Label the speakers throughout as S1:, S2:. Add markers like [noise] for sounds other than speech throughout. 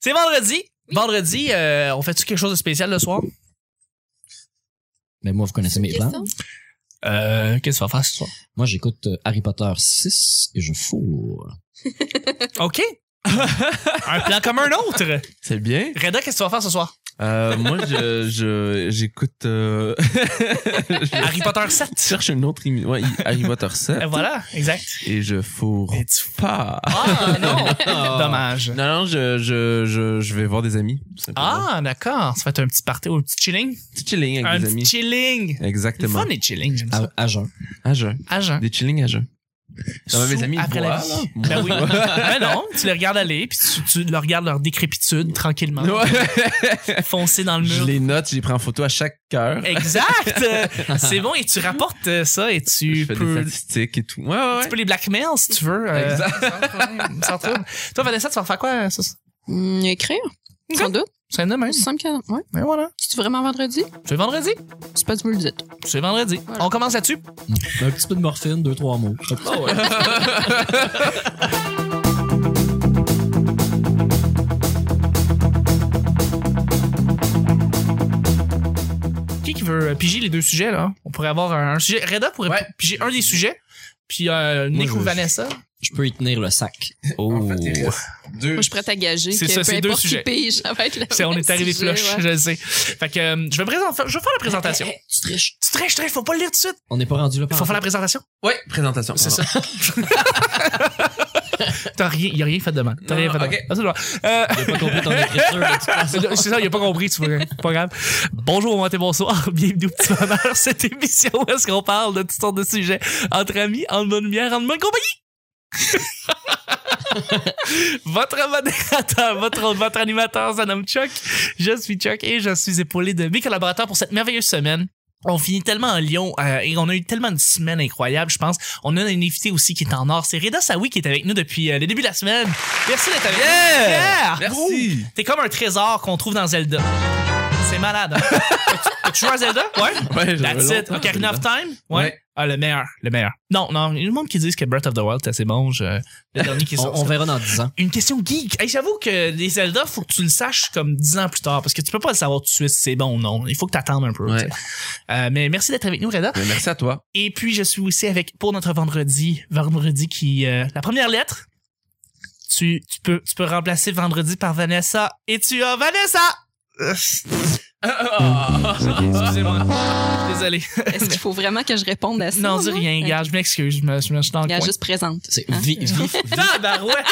S1: C'est vendredi. Vendredi, euh, on fait-tu quelque chose de spécial le soir?
S2: Mais Ben, moi, vous connaissez mes plans.
S3: Question.
S1: Euh, qu'est-ce qu'on va faire ce soir?
S2: Moi, j'écoute euh, Harry Potter 6 et je fourre.
S1: OK. [laughs] un plan comme un autre.
S4: C'est bien.
S1: Reda, qu'est-ce que tu vas faire ce soir?
S4: Euh, moi, je, je, j'écoute, euh, [laughs] je
S1: Harry Potter 7.
S4: cherche une autre émission. Ouais, Harry Potter 7.
S1: Euh, Voilà, exact.
S4: Et je fourre pas.
S1: Ah non! [laughs] Dommage.
S4: Non, non, je, je, je, je vais voir des amis. tout simplement.
S1: Ah, d'accord. Ça fait un petit party ou un petit chilling.
S4: Petit chilling
S1: Un
S4: avec des
S1: petit
S4: amis. Ah
S1: chilling. Le
S4: Exactement.
S1: fun est chilling, j'aime
S2: À,
S1: ça.
S2: à jeun.
S4: À jeun.
S1: À jeun.
S4: Des chillings à jeun. Non, mais mes
S1: Sous-
S4: amis
S1: après la
S4: voient, [laughs]
S1: vie. Ben
S4: là.
S1: oui. ben non, tu les regardes aller, puis tu, tu leur regardes leur décrépitude tranquillement, foncer dans le
S4: je
S1: mur.
S4: les note, je les prends en photo à chaque heure.
S1: Exact! Euh, C'est bon, et tu rapportes euh, ça et tu
S4: Je fais des
S1: peux,
S4: statistiques et tout. Ouais, ouais,
S1: tu
S4: ouais.
S1: peux les blackmail si tu veux. euh, sans problème, sans trouble. Toi, Vanessa, tu vas faire quoi? Ça,
S3: Hmm, écrire. Sans doute.
S1: c'est demain.
S3: C'est simple qu'à- Ouais.
S1: Ben voilà.
S3: C'est vraiment vendredi?
S1: C'est vendredi.
S3: C'est pas du vous le dites.
S1: C'est vendredi.
S3: Voilà.
S1: On commence là-dessus.
S2: Un petit peu de morphine, deux, trois mots.
S1: Qui qui veut euh, piger les deux sujets, là? On pourrait avoir un, un sujet. Reda pourrait
S4: Ouais.
S1: piger un des sujets. Puis euh,
S2: Moi,
S1: Nick
S2: je-
S1: ou Vanessa.
S2: Je peux y tenir le sac. Oh.
S4: En fait, il reste deux.
S3: Moi, je suis prête à gager
S1: C'est
S3: que
S1: ça,
S3: peu
S1: c'est
S3: importe
S1: deux
S3: qui
S1: sujets.
S3: pige, ça va être le
S1: C'est- on
S3: même
S1: est arrivé
S3: sujet,
S1: flush,
S3: ouais.
S1: je le sais. Fait que euh, je, vais présenter, je vais faire la présentation.
S2: Eh, Ah. eh, tu triches.
S1: Tu triches, tu triches, faut pas le lire tout de suite.
S2: On n'est pas rendu là. par
S1: Faut faire la présentation.
S4: Ouais, présentation.
S1: C'est
S4: pardon.
S1: ça. T'as rien, il a rien fait de mal. T'as
S4: Non,
S1: rien fait de
S4: ok.
S1: mal. Absolument. Euh,
S2: J'ai pas compris ton écriture. de toute façon.
S1: C'est ça, il a pas compris, tu vois. Pas grave. Bonjour, bon matin, bonsoir. [laughs] Bienvenue au Petit Bonheur, cette émission où est-ce qu'on parle de toutes sortes de sujets entre amis, en bonne lumière, en bonne compagnie. [laughs] votre modérateur, votre, votre animateur, ça nomme Chuck. Je suis Chuck et je suis épaulé de mes collaborateurs pour cette merveilleuse semaine. On finit tellement en Lyon euh, et on a eu tellement de semaines incroyables, je pense. On a un invité aussi qui est en or. C'est Reda Sawi qui est avec nous depuis euh, le début de la semaine. Merci d'être avec nous. Yeah!
S4: Merci.
S1: T'es comme un trésor qu'on trouve dans Zelda. C'est malade. hein? [laughs] T'as-tu- T'as-tu joué à Zelda? Ouais.
S4: Ouais, j'avais
S1: That's it.
S4: longtemps,
S1: Ocarina of
S4: celui-là.
S1: Time? Ouais.
S4: Ouais.
S1: Ah, le meilleur. Le meilleur. Non, non. Il y a du monde qui disent que Breath of the Wild, c'est assez bon. je- [laughs] Le dernier qui est
S2: On,
S1: sorti.
S2: on verra dans 10 ans.
S1: Une question geek. Hey, j'avoue que les Zelda, faut que tu le saches comme 10 ans plus tard parce que tu peux pas le savoir tout de suite si c'est bon ou non. Il faut que t'attendes un peu.
S4: Ouais.
S1: tu sais. Euh, mais merci d'être avec nous, Reda.
S4: Mais Merci à toi.
S1: Et puis, je suis aussi avec, pour notre vendredi, vendredi qui, euh, la première lettre, tu, tu peux, tu peux remplacer vendredi par Vanessa et tu as [laughs] Vanessa! Euh, ah, Excusez-moi. Désolé.
S3: Est-ce qu'il faut vraiment que je réponde à ça?
S1: Non, dis
S3: moi?
S1: rien, gars. Je m'excuse. Je me, je me suis dans le
S3: Regarde,
S1: coin.
S3: juste présente.
S2: C'est
S3: Hein?
S2: V, v,
S1: Tabarouette!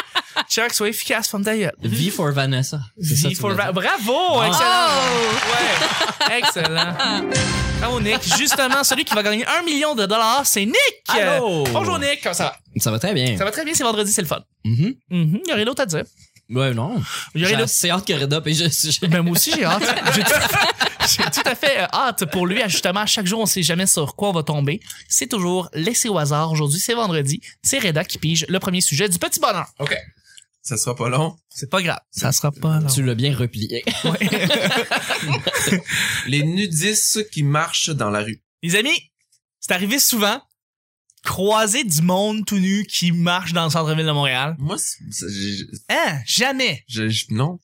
S1: Chuck, sois efficace, femme d'ailleurs.
S2: v for Vanessa. C'est ça,
S1: V
S2: tu
S1: for
S2: voulais
S1: Va-
S2: dire.
S1: Bravo!
S2: Ah.
S1: Excellent! Ouais! Excellent! Bravo, Nick. Justement, celui qui va gagner un million de dollars, c'est Nick!
S2: Allô?
S1: Bonjour, Nick. Comment ça va?
S2: Ça va très bien.
S1: Ça va très bien, c'est vendredi, c'est le fun.
S2: Mhm.
S1: Mhm, Il y a rien d'autre à dire.
S2: Ouais, non.
S1: Il y a rien
S2: J'ai
S1: d'autre.
S2: assez hâte que Reda puis je- je-
S1: Ben moi aussi, j'ai hâte. [laughs] J'ai tout, j'ai tout à fait euh, hâte pour lui. Ah, Justement, chaque jour, on sait jamais sur quoi on va tomber. C'est toujours laissé au hasard. Aujourd'hui, c'est vendredi. C'est Reda qui pige le premier sujet du petit bonheur.
S4: Ça sera pas long.
S1: C'est pas grave. Ça sera pas long.
S2: Tu l'as bien replié.
S4: Les nudistes qui marchent dans la rue.
S1: Les amis, c'est arrivé souvent. Croiser du monde tout nu qui marche dans le centre-ville de Montréal.
S4: Moi, c'est- c'est- j'ai-
S1: Hein? Jamais.
S4: j'ai- j'ai- non.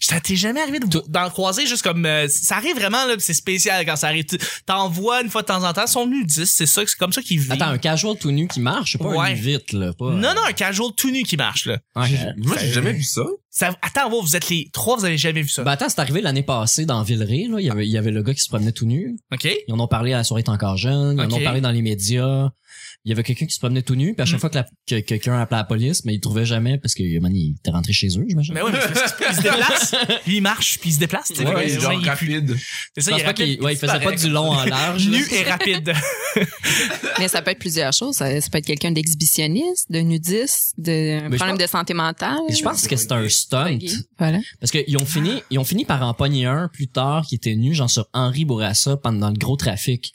S1: Ça t'est jamais arrivé de- d'en croiser juste comme euh, ça arrive vraiment là, pis c'est spécial quand ça arrive. Tu- T'en vois une fois de temps en temps, ils sont nudistes, c'est ça, c'est comme ça qu'ils vivent.
S2: Attends, un casual tout nu qui marche, c'est pas
S1: Ouais.
S2: un vite, là. Pas,
S1: Non, non, un casual tout nu qui marche, là.
S2: Ok.
S4: Moi, j'ai jamais vu ça.
S1: Ça, attends, wow, vous êtes les trois, vous avez jamais vu ça.
S2: Ben attends, c'est arrivé l'année passée dans Villeray, là. Il y avait, il y avait le gars qui se promenait tout nu.
S1: OK?
S2: Ils en ont parlé à la soirée T'es encore jeune. Ils en
S1: Ok.
S2: ont parlé dans les médias. Il y avait quelqu'un qui se promenait tout nu, puis à chaque
S1: Mm.
S2: fois que, la- que quelqu'un appelait la police, mais il le trouvait jamais parce que man, il était rentré chez eux, j'imagine.
S1: Mais Ben ouais, mais c'est- c'est- il se
S2: [laughs]
S1: déplace, puis il marche, puis il se déplace. tu sais,
S2: Ouais,
S1: fait que
S2: ouais,
S1: c'est
S4: genre
S1: ça, il pue. C'est
S4: rapide.
S2: Je
S1: ça,
S2: pense
S1: il est
S2: pas qu'il-
S1: rapide.
S2: ouais, il faisait pas du long en large. là.
S1: Nu et rapide.
S2: [laughs]
S3: Mais ça peut être plusieurs choses. Ça, ça peut être quelqu'un d'exhibitionniste, de nudiste, de un
S2: Mais je
S3: problème de santé mentale.
S2: Et je pense que c'est un stunt.
S3: Voilà.
S2: Parce qu'ils ont fini, ils ont fini par en pogner un plus tard qui était nu, genre sur Henri Bourassa pendant le gros trafic.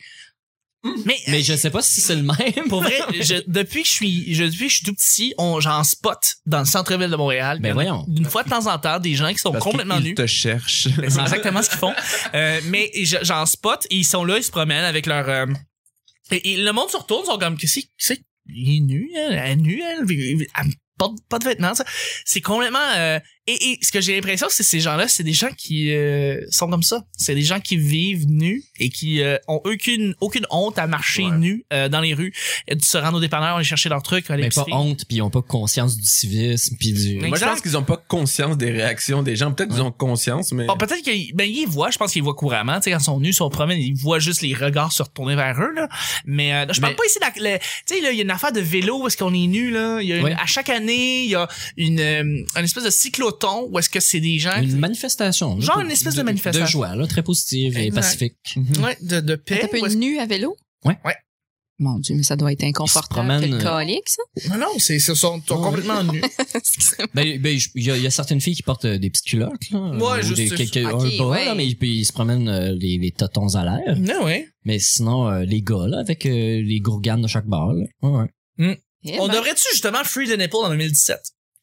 S1: Mais,
S2: Mais je sais pas si c'est le même.
S1: pour vrai, je- depuis que je suis, je- depuis que je suis tout petit, on, j'en spot dans le centre-ville de Montréal.
S2: Ben
S1: Il y en a
S2: voyons.
S1: D'une fois de temps en temps, des gens qui sont
S4: Parce
S1: complètement
S4: qu'ils
S1: nus.
S4: te cherchent.
S1: Ben, [laughs] c'est exactement ce qu'ils font. Euh, mais je- j'en spot, et ils sont là, ils se promènent avec leur. euh, et, et le monde se retourne, ils sont comme, qu'est-ce que c'est? Il est nu, elle, elle est nue, elle, elle porte pas de vêtements, ça. C'est complètement euh, et, et ce que j'ai l'impression, c'est que ces gens-là, c'est des gens qui euh, sont comme ça. C'est des gens qui vivent nus et qui euh, ont aucune aucune honte à marcher
S4: Ouais.
S1: nus euh, dans les rues, et de se rendre au dépanneur, aller chercher leurs trucs, aller
S2: Mais Ben, pas
S1: épicerie.
S2: honte, puis ils ont pas conscience du civisme, puis du...
S1: Mais-
S4: Moi, je
S1: Exact.
S4: pense qu'ils ont pas conscience des réactions des gens. Peut-être qu'ils ont conscience, mais.
S1: Bon, peut-être qu'ils ben, ils voient, je pense qu'ils voient couramment. Tu sais, quand ils sont nus, ils sont promènent, ils voient juste les regards se retourner vers eux. Là. Mais euh, je parle
S4: Mais-
S1: pas ici... de la- le- Tu sais, là, il y a une affaire de vélo où est-ce qu'on est nu. Là. Il y a une-
S2: Oui.
S1: À chaque année, il y a une, euh, une espèce de cycloton où est-ce que Hein, c'est des gens...
S2: Une manifestation. là,
S1: Genre
S2: pour-
S1: une espèce de manifestation.
S2: De joie, là, très positive
S1: Exact.
S2: et
S1: Mhm.
S2: pacifique.
S1: Ouais, de, de
S3: T'es
S1: paix.
S3: un peu
S1: où est-ce-
S3: nu à vélo?
S2: Ouais.
S1: Ouais.
S3: Mon Dieu, mais ça doit être inconfortable.
S2: promènent,
S3: Quel
S2: euh,
S3: colique, ça? [laughs]
S1: Non, non, c'est, ils sont, sont
S2: Ouais.
S1: complètement
S2: [laughs]
S1: nus.
S2: [laughs] Ben, ben, je- il y, a- il y a certaines filles qui portent euh, des petites culottes, là.
S1: Ouais,
S2: euh, ou
S1: juste-
S2: des, quelques-
S3: ok,
S2: un bras,
S3: ouais.
S2: là, mais ils, puis ils se promènent euh, les, les totons à l'air.
S1: Non, ouais.
S2: Mais sinon, euh, les gars, là, avec euh, les gourganes de chaque barre, là. Ouais, ouais.
S3: Eh
S1: On
S3: ben,
S1: devrait-tu justement free the nipple en 2017?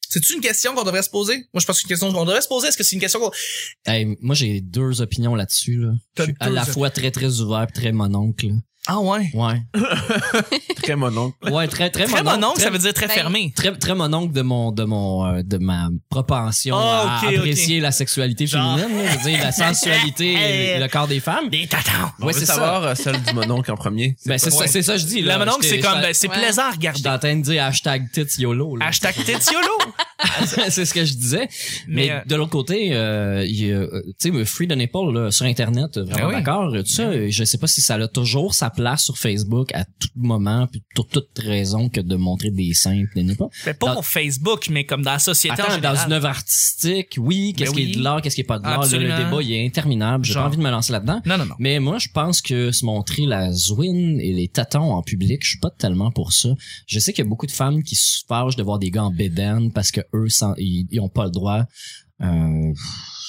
S1: C'est-tu une question qu'on devrait se poser? Moi, je pense que c'est une question qu'on devrait se poser. Est-ce que c'est une question qu'on...
S2: Hey, moi, j'ai deux opinions là-dessus, là.
S1: T'as
S2: Je suis à
S1: deux
S2: la
S1: opinions.
S2: fois très, très ouvert, pis très mononcle. là.
S1: Ah ouais. [laughs]
S2: Ouais.
S4: Très mononcle.
S2: Ouais, très, très,
S1: Très
S2: mononcle.
S1: mononcle,
S2: très-
S1: ça veut dire très
S3: Ben,
S1: fermé.
S2: Très, très mononcle de mon, de mon, euh, de ma propension
S1: Ah, ok,
S2: à apprécier la sexualité
S1: Genre.
S2: féminine, là, je veux dire, la sensualité
S1: [laughs]
S2: et le corps des femmes.
S1: Des tatons.
S4: On
S2: Ouais,
S4: veut
S2: c'est ça.
S4: savoir euh, celle du mononcle en premier.
S2: Ben, c'est
S1: pas-
S2: ça,
S1: ouais.
S2: c'est ça, que je dis.
S1: La
S2: là.
S1: mononcle,
S2: J'étais-
S1: c'est comme,
S2: j'étais-
S1: ben, c'est
S3: Ouais.
S1: plaisant à
S2: J'étais
S1: regarder.
S2: en train de dire hashtag tits YOLO. là.
S1: Hashtag tits
S2: [laughs]
S1: YOLO.
S2: c'est ce que je disais. Mais,
S1: Mais, euh,
S2: de l'autre côté, euh, il y a, euh, tu sais, le Free the Nipple là, sur Internet, euh, vraiment
S1: Ah oui.
S2: d'accord. euh, Tout ça, euh, je sais pas si ça a toujours sa place sur Facebook à tout moment, puis pour toute raison que de montrer des seins, pis des nipples.
S1: mais pas
S2: dans-
S1: pour Facebook, mais comme dans la société en
S2: Attends, dans
S1: général.
S2: une œuvre artistique, oui, qu'est-ce
S1: Ben
S2: qui
S1: oui.
S2: est de l'art, qu'est-ce qui est pas de l'art, là, le
S1: Absolument.
S2: débat il est interminable, j'ai pas
S1: Genre.
S2: envie de me lancer là-dedans.
S1: Non, non, non.
S2: Mais moi, je pense que se montrer la zwin et les tatons en public, je suis pas tellement pour ça. Je sais qu'il y a beaucoup de femmes qui se fâchent de voir des gars en bédaine parce que eux, sans- ils, ils ont pas le droit. Euh,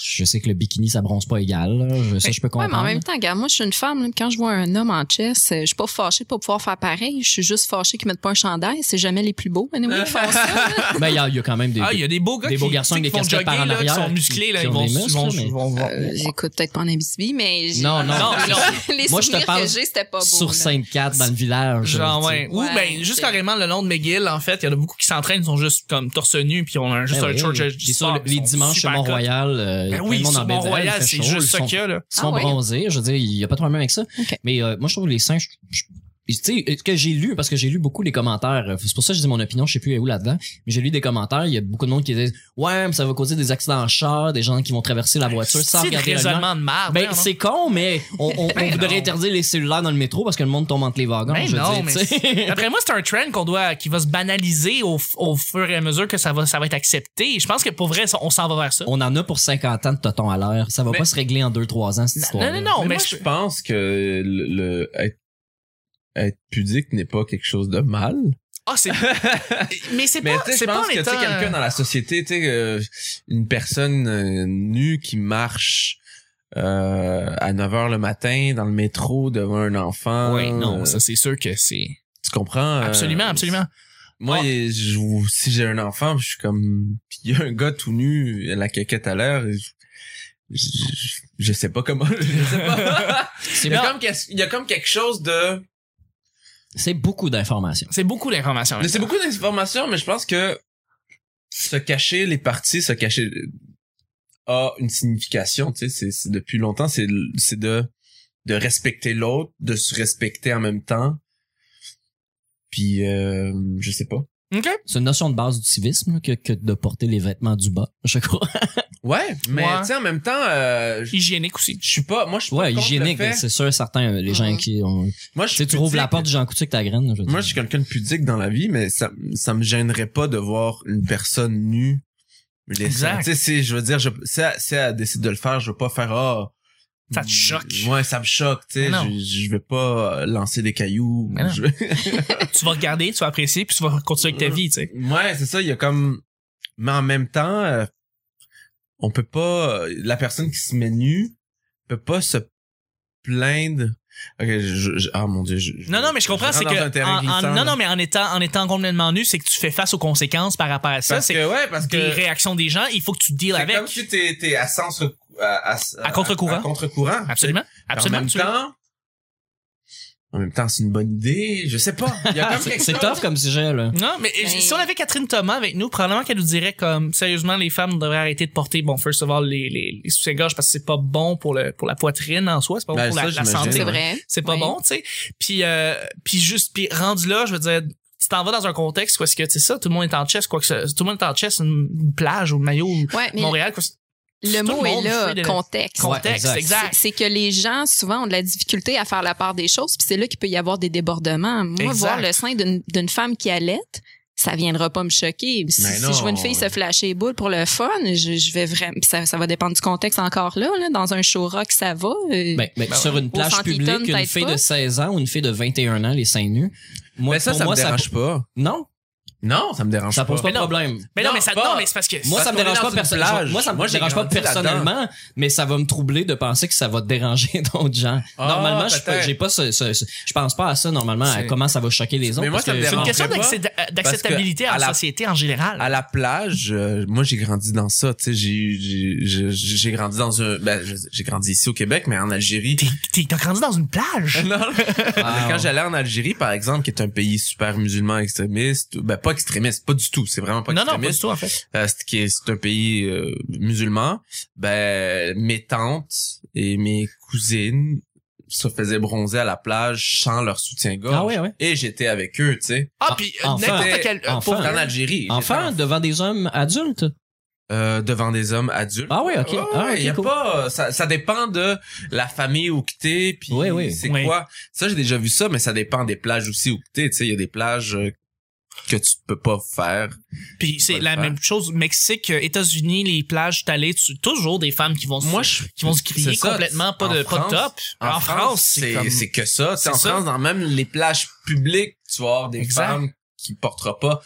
S2: je sais que le bikini, ça bronze pas égal. là. Je,
S1: Ben,
S2: ça, je peux
S3: Ouais, mais
S2: comprendre.
S3: en même temps, regarde, moi, je suis une femme. là, Quand je vois un homme en chess, euh, je suis pas fâchée de pas pouvoir faire pareil. Je suis juste fâchée qu'ils mettent pas un chandail. C'est jamais les plus beaux.
S1: Euh,
S3: Anyway, ils font ça.
S2: Ben, il y, a- il y a quand même des...
S1: Ah, il y a des beaux gars
S2: Des
S1: qui,
S2: beaux garçons
S1: tu sais,
S2: avec
S1: qui
S2: des
S1: font
S2: casquettes par en
S1: jogger, là, qui
S2: arrière,
S1: sont
S2: qui-
S1: musclés, là,
S2: qui
S1: ils
S2: ont
S1: vont,
S2: des muscles,
S1: ils vont,
S2: mais-
S1: ils vont-
S3: Euh, J'écoute peut-être pas en Abitibi, mais j'ai-
S2: Non, non.
S1: Non, non.
S3: les
S2: Moi, je te
S3: souvenirs
S2: parle
S3: que j'ai, c'était pas beau.
S2: sur
S3: là.
S2: Sainte-Cat, dans le village.
S1: Genre,
S2: tu sais.
S1: ouais. Ou
S3: Ouais,
S1: ben, juste
S3: c'est-
S1: carrément le long de McGill, en fait, il y en a beaucoup qui s'entraînent, ils sont juste comme torse nu, puis on a juste
S2: Ben
S1: un
S2: ouais,
S1: short de
S2: puis
S1: sport,
S2: sur
S1: ils
S2: les
S1: sont
S2: dimanches chez
S1: super cotes.
S2: Mont-Royal, euh,
S1: Ben
S2: plein
S1: oui,
S2: de monde
S1: sur
S2: en bédaine, il
S1: Mont-Royal,
S2: fait
S1: c'est
S2: chaud,
S1: juste
S2: ils
S1: ça
S2: sont-
S1: qu'il y a, là.
S2: Ils se font
S3: Ah ouais.
S2: bronzer, je veux dire, il y a pas de problème avec ça.
S3: Ok.
S2: Mais euh, moi, je trouve les seins, je- je- je- tu sais, ce que j'ai lu, parce que j'ai lu beaucoup les commentaires, euh, c'est pour ça que je dis mon opinion, je sais plus où là-dedans, mais j'ai lu des commentaires, il y a beaucoup de monde qui disent « Ouais, mais ça va causer des accidents en char, des gens qui vont traverser la voiture sans
S1: C'est le
S2: regarder la lumière.
S1: raisonnement de » marde.
S2: Ben,
S1: hein, non?
S2: c'est con, mais on, on, on
S1: Ben
S2: voudrait
S1: non.
S2: interdire les cellulaires dans le métro parce que le monde tombe entre les wagons,
S1: Ben
S2: je veux
S1: non,
S2: dire,
S1: mais
S2: tu sais.
S1: D'après moi, c'est un trend qu'on doit, qui va se banaliser au, f- au fur et à mesure que ça va, ça va être accepté. Je pense que pour vrai, ça- on s'en va vers ça.
S2: [laughs] On en a pour 50 ans de totons à l'heure. Ça va
S1: Mais-
S2: pas se régler en 2-3 ans, cette
S1: Non,
S2: histoire
S1: Ben non, non,
S4: Mais
S1: mais,
S4: moi,
S1: je-
S4: je pense que le, le- être, être pudique n'est pas quelque chose de mal.
S1: Ah, c'est.
S4: [laughs]
S1: mais c'est
S4: Mais
S1: pas,
S4: tu sais, je
S1: c'est pas
S4: pense
S1: en
S4: que tu sais,
S1: étant-
S4: quelqu'un dans la société, tu sais, euh, une personne euh, nue qui marche euh, à 9 h le matin dans le métro devant un enfant.
S1: Oui, non,
S4: euh,
S1: ça c'est sûr que c'est.
S4: tu comprends? euh,
S1: Absolument, absolument.
S4: Moi,
S1: Ah.
S4: je- si j'ai un enfant, je suis comme, puis il y a un gars tout nu, la caquette à l'air, je, je- je sais pas comment, [laughs] je
S1: [laughs]
S4: sais pas.
S2: C'est
S4: il, y a
S2: bien-
S4: comme, quelque- il y a comme quelque chose de,
S2: C'est beaucoup d'informations.
S1: C'est beaucoup d'informations.
S4: mais c'est beaucoup d'informations, mais je pense que se cacher les parties, se cacher euh, a une signification, tu sais, c'est- c'est depuis longtemps, c'est c'est de de respecter l'autre, de se respecter en même temps. Puis euh, je sais pas.
S1: OK.
S2: C'est une notion de base du civisme là, que, que de porter les vêtements du bas, je crois.
S4: Ouais, mais
S1: Ouais.
S4: tu sais en même temps euh, je
S1: Hygiénique aussi.
S4: je suis pas moi je suis pas
S2: Ouais,
S4: contre
S2: hygiénique,
S4: le fait-
S2: c'est sûr, certains, les gens
S3: Mhm.
S2: qui ont... Tu
S4: Moi je
S2: sais,
S4: suis
S2: tu rouvres la
S4: pudique.
S2: porte du Jean Coutu avec ta graine. je veux dire.
S4: Moi je suis quelqu'un de pudique dans la vie, mais ça ça me gênerait pas de voir une personne nue. Les-
S1: Exact.
S4: Tu sais c'est- je veux dire je si elle, si elle décide de le faire, je veux pas faire ah
S1: Ça te choque.
S4: Ouais, ça me choque, tu
S1: Mais
S4: sais,
S1: non.
S4: je, je vais pas lancer des cailloux.
S1: Mais non.
S4: Je-
S1: tu vas regarder, tu vas apprécier, puis tu vas continuer avec ta vie, tu sais.
S4: [laughs] ouais, c'est ça, il y a comme mais en même temps euh, on peut pas euh, la personne qui se met nue peut pas se plaindre. OK, je, je- ah mon dieu, je, je-
S1: Non, non, mais je comprends,
S4: rentre
S1: c'est
S4: dans un
S1: que. en-
S4: terrain
S1: en-
S4: glissant,
S1: non,
S4: là.
S1: non, mais en étant, en étant complètement nu, c'est que tu fais face aux conséquences par rapport à ça.
S4: parce
S1: C'est
S4: que ouais, parce
S1: des
S4: que
S1: réactions des gens, il faut que tu deals
S4: C'est
S1: avec.
S4: comme si t'es, t'es à sens recou- à, à-
S1: À contre-courant.
S4: à contre-courant.
S1: Absolument.
S4: En
S1: Absolument.
S4: même
S1: absolument.
S4: temps, En même temps, c'est une bonne idée. Je sais pas. Il y a
S2: Ah,
S4: comme
S2: c'est
S4: quelque
S2: c'est
S4: chose.
S2: tough comme sujet, là.
S4: Mm-hmm.
S1: Non, mais
S3: Mais-
S1: si on avait Catherine Thomas avec nous, probablement qu'elle nous dirait comme sérieusement les femmes devraient arrêter de porter bon first of all les les, les soutiens-gorge parce que c'est pas bon pour le pour la poitrine en soi, c'est pas bon
S4: Ben,
S1: pour la-
S4: ça,
S1: la,
S4: j'imagine.
S1: santé.
S3: C'est vrai.
S1: C'est pas
S3: Oui.
S1: bon, tu sais. Puis euh, puis juste puis rendu là, je veux dire tu t'en vas dans un contexte où est-ce que c'est ça, tout le monde est en chess, quoi que ce, tout le monde est en chess, une une plage ou maillot ou
S3: Ouais, mais
S1: Montréal, quoi, c'est-
S3: le
S1: tout le
S3: mot est
S1: monde
S3: là,
S1: fait de-
S3: contexte.
S2: Ouais,
S1: contexte,
S2: exact.
S1: exact.
S3: C'est c'est que les gens, souvent, ont de la difficulté à faire la part des choses, puis c'est là qu'il peut y avoir des débordements. Moi,
S1: Exact.
S3: voir le sein d'une d'une femme qui allait, ça viendra pas me choquer. Si,
S4: Mais
S3: si
S4: non.
S3: je vois une fille se flasher les boules pour le fun, je, je vais vraiment... puis Ça, ça va dépendre du contexte encore là. là. dans un show rock, ça va. euh,
S2: Ben, ben,
S1: Ben
S2: sur une plage
S3: Centre Eaton,
S2: publique, une
S3: peut-être
S2: fille
S3: pas.
S2: de 16 ans ou une fille de 21 ans, les seins nus. Moi,
S4: Mais Ben ça,
S2: pour
S4: ça
S2: moi,
S4: me dérange pas.
S2: Non,
S4: Non, ça me dérange
S2: ça
S4: pas.
S2: pose pas de
S1: Mais non.
S2: problème.
S1: Mais non,
S4: Non,
S1: mais ça
S4: pas-
S1: non, mais c'est parce que
S2: Moi,
S4: Parce
S2: ça me
S4: qu'on est
S2: dérange
S4: dans
S2: pas
S4: une
S2: personnellement.
S4: plage.
S2: Moi, ça me
S4: Moi, j'ai
S2: dérange pas
S4: grandi là-dedans.
S2: personnellement, mais ça va me troubler de penser que ça va déranger [laughs] d'autres gens.
S4: Ah,
S2: normalement, je
S4: peut-être.
S2: j'ai pas ce, ce- ce- je pense pas à ça normalement à
S4: C'est-
S2: comment ça va choquer les autres.
S4: Mais moi,
S2: parce
S4: ça me
S2: que-
S1: c'est une
S4: dérange.
S1: question
S4: rentrait pas,
S1: d'accé- d'acceptabilité
S4: parce
S1: en
S4: que à la-
S1: société en général.
S4: à la plage, euh, moi j'ai grandi dans ça, tu sais, j'ai- j'ai j'ai- j'ai grandi dans un ben je- j'ai grandi ici au Québec mais en Algérie.
S1: T'es- t'es- T'as grandi dans une plage.
S4: [laughs] Non,
S2: Wow.
S4: mais quand j'allais en Algérie par exemple, qui est un pays super musulman extrémiste, ben pas extrémiste, pas du tout, c'est vraiment [laughs] pas
S1: non, non, pas du
S4: extrémiste,
S1: tout, en fait.
S4: euh, c'est qui est- c'est un pays euh, musulman, ben mes tantes et mes cousines se faisaient bronzer à la plage sans leur soutien-gorge.
S2: Ah ouais, ouais.
S4: Et j'étais avec eux, tu sais.
S1: Ah,
S2: Ah,
S1: puis euh,
S2: enfant.
S1: n'importe quel... euh,
S2: Enfant. hein.
S4: En
S1: pour-
S4: Algérie. j'étais
S2: Enfant devant des hommes adultes.
S4: Euh, devant des hommes adultes.
S2: Ah ouais, ok.
S4: Ouais,
S2: ah, ok,
S4: y a
S2: cool.
S4: pas ça, ça dépend de la famille où que t'es puis
S2: Ouais, ouais.
S4: c'est
S1: Ouais.
S4: quoi ça j'ai déjà vu ça mais ça dépend des plages aussi où que t'es tu sais il y a des plages euh, que tu peux pas faire
S1: Puis c'est
S4: Faut le
S1: la
S4: faire.
S1: même chose, Mexique, euh, États-Unis, les plages, t'as allé, tu- toujours des femmes qui vont se,
S4: moi je
S1: qui vont se crier
S4: c'est ça,
S1: complètement pas
S4: en
S1: de, pas de
S4: France-
S1: top.
S4: en, France, c'est
S1: comme-
S4: c'est que ça Tu sais,
S1: c'est
S4: en
S1: ça.
S4: France dans même les plages publiques tu vas avoir des
S1: Exact.
S4: femmes qui portera pas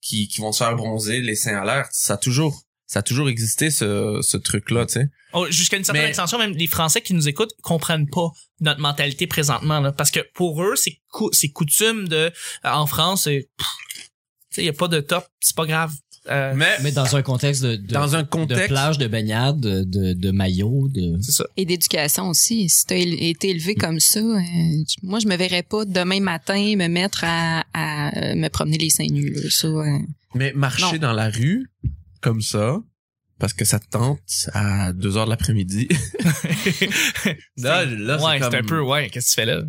S4: qui qui vont se faire bronzer les seins à l'air ça a toujours ça a toujours existé ce ce truc là tu sais
S1: Oh, Jusqu'à une certaine
S4: Mais-
S1: extension, même les Français qui nous écoutent comprennent pas notre mentalité présentement, là, parce que pour eux, c'est cou- c'est coutume de, en France, il y a pas de top, c'est pas grave. Euh,
S4: mais,
S2: Mais dans un contexte de, de,
S4: dans un
S2: de
S4: contexte
S2: plage, de baignade, de, de, de maillot, de.
S1: c'est ça.
S3: Et d'éducation aussi. Si t'as éle- été élevé comme ça, euh, tu- moi, je me verrais pas demain matin me mettre à, à, euh, me promener les seins nus. là. Ça, euh,
S4: Mais marcher
S3: Non.
S4: dans la rue, comme ça, parce que ça te tente à 2 heures
S1: [laughs]
S4: de l'après-midi. [laughs]
S1: ouais,
S4: là, là, c'est
S1: c'est un
S4: comme-
S1: peu, ouais, qu'est-ce que tu fais là?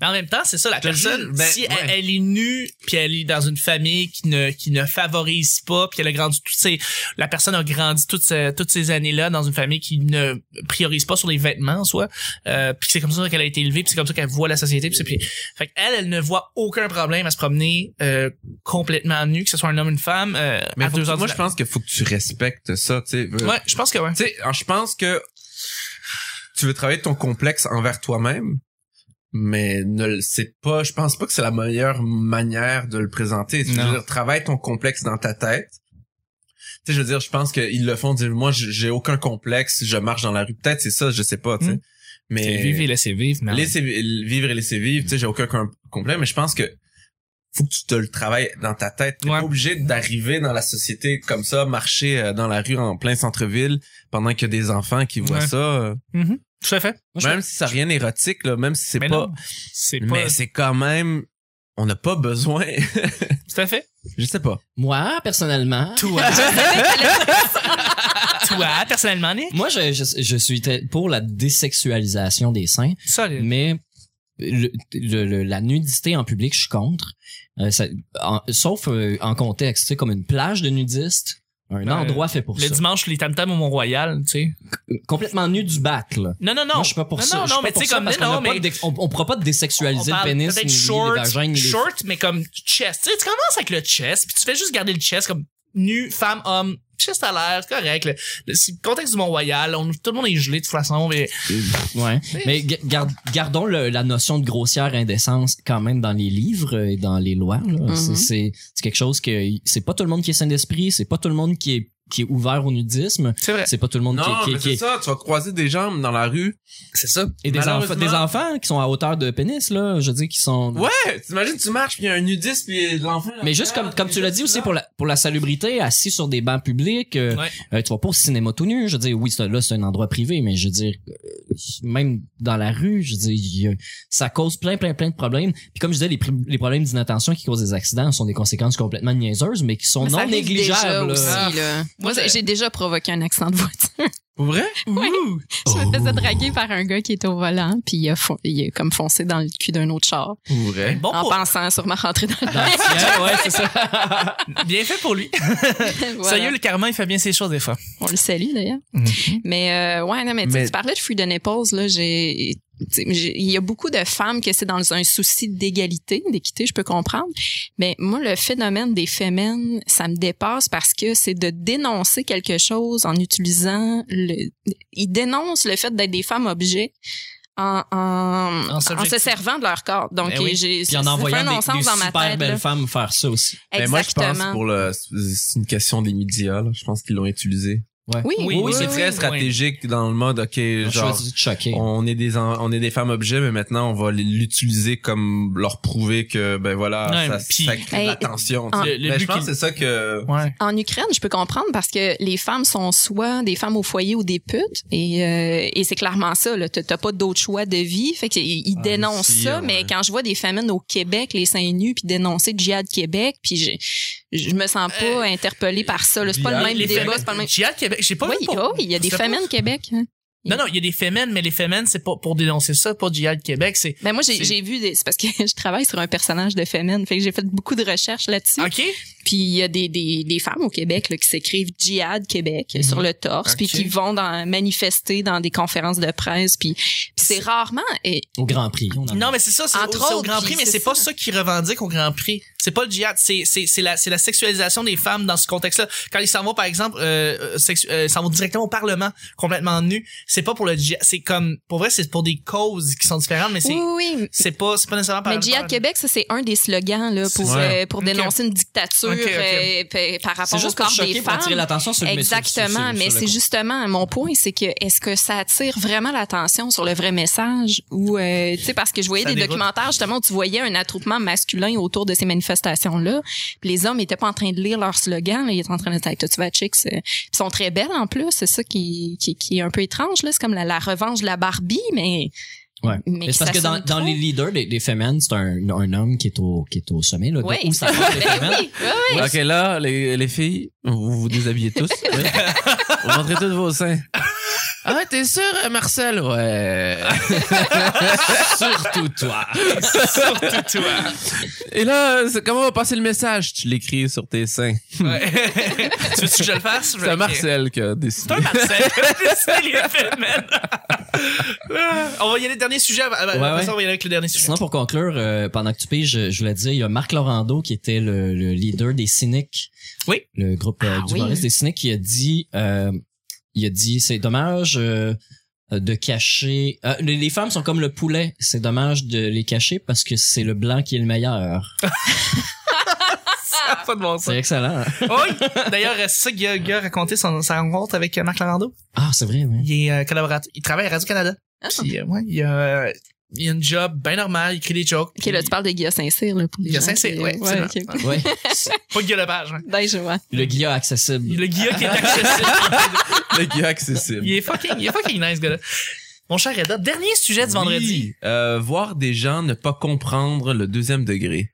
S1: Mais en même temps, c'est ça, la
S4: Je te
S1: personne,
S4: jure, ben,
S1: si elle,
S4: ouais.
S1: elle est nue, puis elle est dans une famille qui ne, qui ne favorise pas, puis elle a grandi toutes ces, la personne a grandi toutes ces, toutes ces années-là dans une famille qui ne priorise pas sur les vêtements, en soi, euh, puis c'est comme ça qu'elle a été élevée, puis c'est comme ça qu'elle voit la société, puis c'est, puis- fait qu'elle, elle ne voit aucun problème à se promener, euh, complètement nue, que ce soit un homme ou une femme, euh,
S4: Mais
S1: à
S4: faut que
S1: deux
S4: tu-
S1: heures
S4: moi,
S1: du
S4: je pense qu'il faut que tu respectes ça, tu sais.
S1: matin. Ouais, je pense que ouais.
S4: Tu sais, je pense que tu veux travailler ton complexe envers toi-même, mais ne le sais pas. Je pense pas que c'est la meilleure manière de le présenter. Je
S1: Non.
S4: veux dire, travaille ton complexe dans ta tête. Tu sais, je veux dire, je pense qu'ils le font. Dire, moi, j'ai j'ai aucun complexe. Je marche dans la rue. Peut-être c'est ça. Je sais pas. Tu sais.
S1: Mm.
S4: Mais
S1: laissez vivre,
S2: Ben
S1: mais
S4: laisser vi- vivre et laisser vivre. Tu sais, j'ai aucun com- complet, mais je pense que faut que tu te le travailles dans ta tête. T'es
S1: Ouais.
S4: pas obligé d'arriver dans la société comme ça, marcher euh, dans la rue en plein centre-ville pendant qu'il y a des enfants qui voient
S1: Ouais.
S4: ça. euh,
S1: Mhm. tout à fait.
S2: Moi, je
S4: Même si ça n'a rien d'érotique, là, même si c'est
S1: Mais
S4: pas...
S1: non, c'est pas,
S4: Mais c'est quand même... On n'a pas besoin...
S1: tout
S4: [laughs]
S1: à fait.
S4: je sais pas.
S2: Moi, personnellement.
S3: Ah.
S1: Toi. [laughs] Toi, personnellement, Nick.
S2: Moi, je, je, je suis très- pour la désexualisation des seins.
S1: Solide.
S2: mais le- le- le- la nudité en public, je suis contre. Euh, ça- en- sauf euh, en contexte, tu sais, comme une plage de nudistes, un
S1: Ben,
S2: endroit fait pour
S1: Le
S2: ça.
S1: dimanche, les tam-tams au Mont-Royal, tu sais.
S2: Complètement nu du bac, là.
S1: Non, non, non.
S2: Moi, je suis pas pour
S1: non,
S2: ça.
S1: Non,
S2: Je suis
S1: non,
S2: pas
S1: mais
S2: pour
S1: tu sais,
S2: ça
S1: comme,
S2: parce
S1: mais
S2: qu'on
S1: non,
S2: a pas
S1: mais.
S2: de dé- on, on pourra pas
S1: on
S2: désexualiser le
S1: parle
S2: pénis,
S1: peut-être
S2: ni,
S1: short,
S2: les vagins, ni les-
S1: short, mais comme chest. Tu sais, tu commences avec le chest, puis tu fais juste garder le chest comme nu, femme, homme, chest à l'air, c'est correct. Le, le- c'est le contexte du Mont-Royal, on, tout le monde est gelé de toute façon. Mais,
S2: Ouais. Mais ga- gar- gardons le- la notion de grossière indécence quand même dans les livres et dans les lois. là.
S3: Mhm.
S4: Mm-hmm.
S2: C'est- C'est c'est quelque chose que c'est pas tout le monde qui est sain d'esprit, c'est pas tout le monde qui est qui est ouvert au nudisme.
S1: C'est vrai.
S2: C'est pas tout le monde qui-
S4: Ben, Non,
S2: qui,
S4: mais
S2: qui-
S4: c'est ça, tu vas croiser des gens dans la rue.
S1: C'est ça.
S2: et des,
S4: Malheureusement-
S2: enfants- des enfants qui sont à hauteur de pénis là, je dis qui sont
S4: Ouais, t'imagines, tu marches, puis il y a un nudiste, puis il y a de l'enfant. Ah,
S2: Mais juste comme, comme tu l'as dit aussi pour la, pour la salubrité, assis sur des bancs publics, euh,
S1: Ouais.
S2: euh, tu vas pas au cinéma tout nu. Je veux dire, oui, c'est- là, c'est un endroit privé, mais je veux dire, euh, même dans la rue, je veux dire, il y a- ça cause plein, plein, plein de problèmes. Puis comme je disais, les, pri- les problèmes d'inattention qui causent des accidents sont des conséquences complètement niaiseuses, mais qui sont
S3: Mais ça
S2: non
S3: arrive déjà
S2: négligeables.
S3: aussi,
S2: là.
S3: là. Moi,
S1: Moi,
S3: j'ai déjà provoqué un accident de voiture.
S4: Pour vrai?
S3: Ouais. Je me faisais draguer par un gars qui était au volant, puis il a, fon- il a comme foncé dans le cul d'un autre char,
S4: Pour vrai.
S1: Bon
S3: en
S1: pour...
S3: pensant sûrement rentrer dans le
S2: Dans le
S3: Ah.
S2: ciel, [laughs] ouais, c'est ça.
S1: Bien fait pour lui.
S3: Voilà.
S1: Sérieux, le karma, il fait bien ses choses des fois.
S3: On le salue d'ailleurs.
S1: Mhm.
S3: Mais euh, ouais, non, mais, tu sais,
S4: Mais-
S3: tu parlais de Free the Nipples, là, j'ai. tu sais, j'ai- Il y a beaucoup de femmes que c'est dans un souci d'égalité, d'équité, je peux comprendre. Mais moi, le phénomène des fémines, ça me dépasse parce que c'est de dénoncer quelque chose en utilisant le. Ils dénoncent le fait d'être des femmes objets en, en,
S1: En subjectif.
S3: en se servant de leur corps. Donc,
S1: Ben oui.
S3: j'ai
S2: Puis
S3: ça
S2: en
S3: fait
S2: envoyant
S3: un
S2: des,
S3: non-sens
S2: des
S3: dans ma
S2: super
S3: tête.
S2: belles
S3: là.
S2: femmes faire ça aussi.
S4: Mais Ben, moi, je pense
S3: Exactement.
S4: pour le, c'est une question des médias, là. Je pense qu'ils l'ont utilisé.
S2: Ouais.
S3: Oui,
S1: Oui,
S3: oui,
S4: Oui,
S1: oui,
S4: c'est
S1: oui,
S4: très
S1: oui.
S4: stratégique dans le mode, ok,
S2: On
S4: genre,
S2: choisit de choquer.
S4: on est des, en- on est des femmes objets, mais maintenant, on va l'utiliser comme leur prouver que, ben voilà,
S1: Ouais,
S4: ça,
S1: puis-
S4: ça crée de
S3: Hey,
S4: l'attention.
S1: en-
S4: tu sais.
S1: le- le
S4: Mais
S1: but
S4: je pense que
S1: qu'il-
S4: c'est ça que,
S1: Ouais.
S3: En Ukraine, je peux comprendre parce que les femmes sont soit des femmes au foyer ou des putes et, euh, et c'est clairement ça. là. T'as t'as pas d'autre choix de vie, fait qu'ils ils
S4: Ah,
S3: dénoncent
S4: ici,
S3: ça.
S4: ouais.
S3: Mais quand je vois des famines au Québec, les seins nus, puis dénoncer Djihad Québec, puis je, je me sens pas
S1: Euh,
S3: interpellée par ça. là. C'est pas le
S4: Djihad,
S3: même
S4: les
S3: débat,
S4: famines-
S3: c'est pas le même.
S1: J'ai hâte Québec. J'ai pas
S3: Oui,
S1: vu pour-
S3: oh, il y a des
S1: C'était
S3: famines Québec. hein.
S1: Non, non, il y a des fémènes, mais les fémènes, c'est pas pour dénoncer ça, pour Djihad Québec, c'est...
S3: Ben moi
S1: C'est-
S3: j'ai j'ai vu des c'est parce que [laughs] je travaille sur un personnage de famine, fait que j'ai fait beaucoup de recherches là-dessus.
S1: OK?
S3: Puis il y a des, des, des femmes au Québec là, qui s'écrivent Djihad Québec
S2: Mhm.
S3: sur le torse,
S4: Ok.
S3: puis qui vont dans, manifester dans des conférences de presse, puis puis c'est rarement. Et,
S2: Au Grand Prix. on en-
S1: Non, mais c'est ça, c'est
S3: Entre
S1: c'est au
S3: autres,
S1: Grand
S3: puis
S1: Prix, mais
S3: c'est
S1: c'est pas ça qu'ils revendiquent au Grand Prix. C'est pas le djihad, c'est c'est c'est la c'est la sexualisation des femmes dans ce contexte-là. Quand ils s'en vont par exemple euh, euh, sexu- euh, ils s'en vont directement au parlement complètement nus, c'est pas pour le djihad, c'est comme pour vrai c'est pour des causes qui sont différentes mais c'est
S3: oui, oui.
S1: c'est pas c'est pas nécessairement par
S3: Mais Djihad
S1: par-
S3: Québec, ça, c'est un des slogans là, pour,
S4: Ouais.
S3: euh, pour
S1: Ok.
S3: dénoncer une dictature
S1: Ok, ok.
S3: euh, pa- par
S2: c'est
S3: rapport au
S2: juste pour
S3: corps
S2: choquer,
S3: des
S2: pour attirer
S3: femmes.
S2: l'attention sur le sur- sur-
S3: Exactement,
S2: sur-
S3: mais
S2: sur le
S3: c'est justement mon point, c'est que est-ce que ça attire vraiment l'attention sur le vrai message ou euh, tu sais parce que je voyais
S1: Ça
S3: des
S1: déroute.
S3: documentaires justement où tu voyais un attroupement masculin autour de ces manifestations là, puis les hommes étaient pas en train de lire leur slogan, là, ils étaient en train de dire tu vas chicks, euh. Puis ils sont très belles en plus, c'est ça qui, qui qui est un peu étrange là, c'est comme la, la revanche de la Barbie mais
S2: Ouais.
S3: mais
S2: Mais c'est parce que
S3: ça
S2: dans,
S3: sonne
S2: dans
S3: trop.
S2: les leaders des, des femmes, c'est un, un homme qui est au, qui est au sommet, là. de
S3: Ouais.
S2: Où ça part les
S3: Ben
S2: femmes.
S3: oui, ouais, ouais.
S4: Ok, là, les, les filles, vous vous
S1: [laughs]
S4: déshabillez tous. oui. vous montrez tous vos seins. Ah ouais, t'es sûr, euh, [laughs] Marcel? Ouais.
S2: Surtout toi.
S1: surtout toi.
S4: Et là, euh, c'est- comment on va passer le message? Tu l'écris sur tes seins.
S1: Ouais. [laughs] tu veux que je le fasse Je
S4: C'est
S1: vais-
S4: Marcel qui a décidé.
S1: C'est un Marcel.
S2: [laughs]
S1: [laughs] C'est les phénomènes. [laughs] on va y aller le dernier sujet. avant- Après
S2: Ouais, ouais.
S1: ça, on va y aller avec le dernier sujet.
S2: Sinon, pour conclure, euh, pendant que tu piges, je, je voulais dire, il y a Marc Laurando qui était le, le leader des Cyniques.
S1: Oui.
S2: Le groupe euh,
S3: Ah
S2: du
S3: oui.
S2: Maurice des Cyniques qui a dit, euh, il a dit, c'est dommage euh, de cacher. euh, les, les femmes sont comme le poulet. C'est dommage de les cacher parce que c'est le blanc qui est le meilleur.
S1: Ah, [laughs] pas de bon sens.
S2: C'est excellent. hein?
S1: Oui. D'ailleurs, euh, c'est ça qu'il a, qu'il a raconté son, sa rencontre avec euh, Marc Lavando.
S2: Ah, c'est vrai,
S3: [laughs]
S2: oui.
S1: Il est euh, collaborateur. Il travaille à Radio-Canada.
S3: Ah.
S1: Puis, euh, ouais, il a, euh, il a une job bien normale. Il écrit des jokes.
S3: OK, là, tu parles de Guillaume Saint-Cyr, là, pour les
S1: Guilla
S3: gens
S1: Saint-Cyr,
S3: qui-
S1: ouais,
S3: ouais,
S1: c'est
S3: ok.
S2: Ouais.
S1: Pas de gueule page. Hein.
S3: Ben, je vois.
S2: Le guilla accessible.
S1: Le Guilla qui est accessible.
S4: Le gars accessible.
S1: il, est fucking, il est fucking nice, ce gars-là. Mon cher Reda, dernier sujet du vendredi.
S4: Oui. Euh, voir des gens ne pas comprendre le deuxième degré.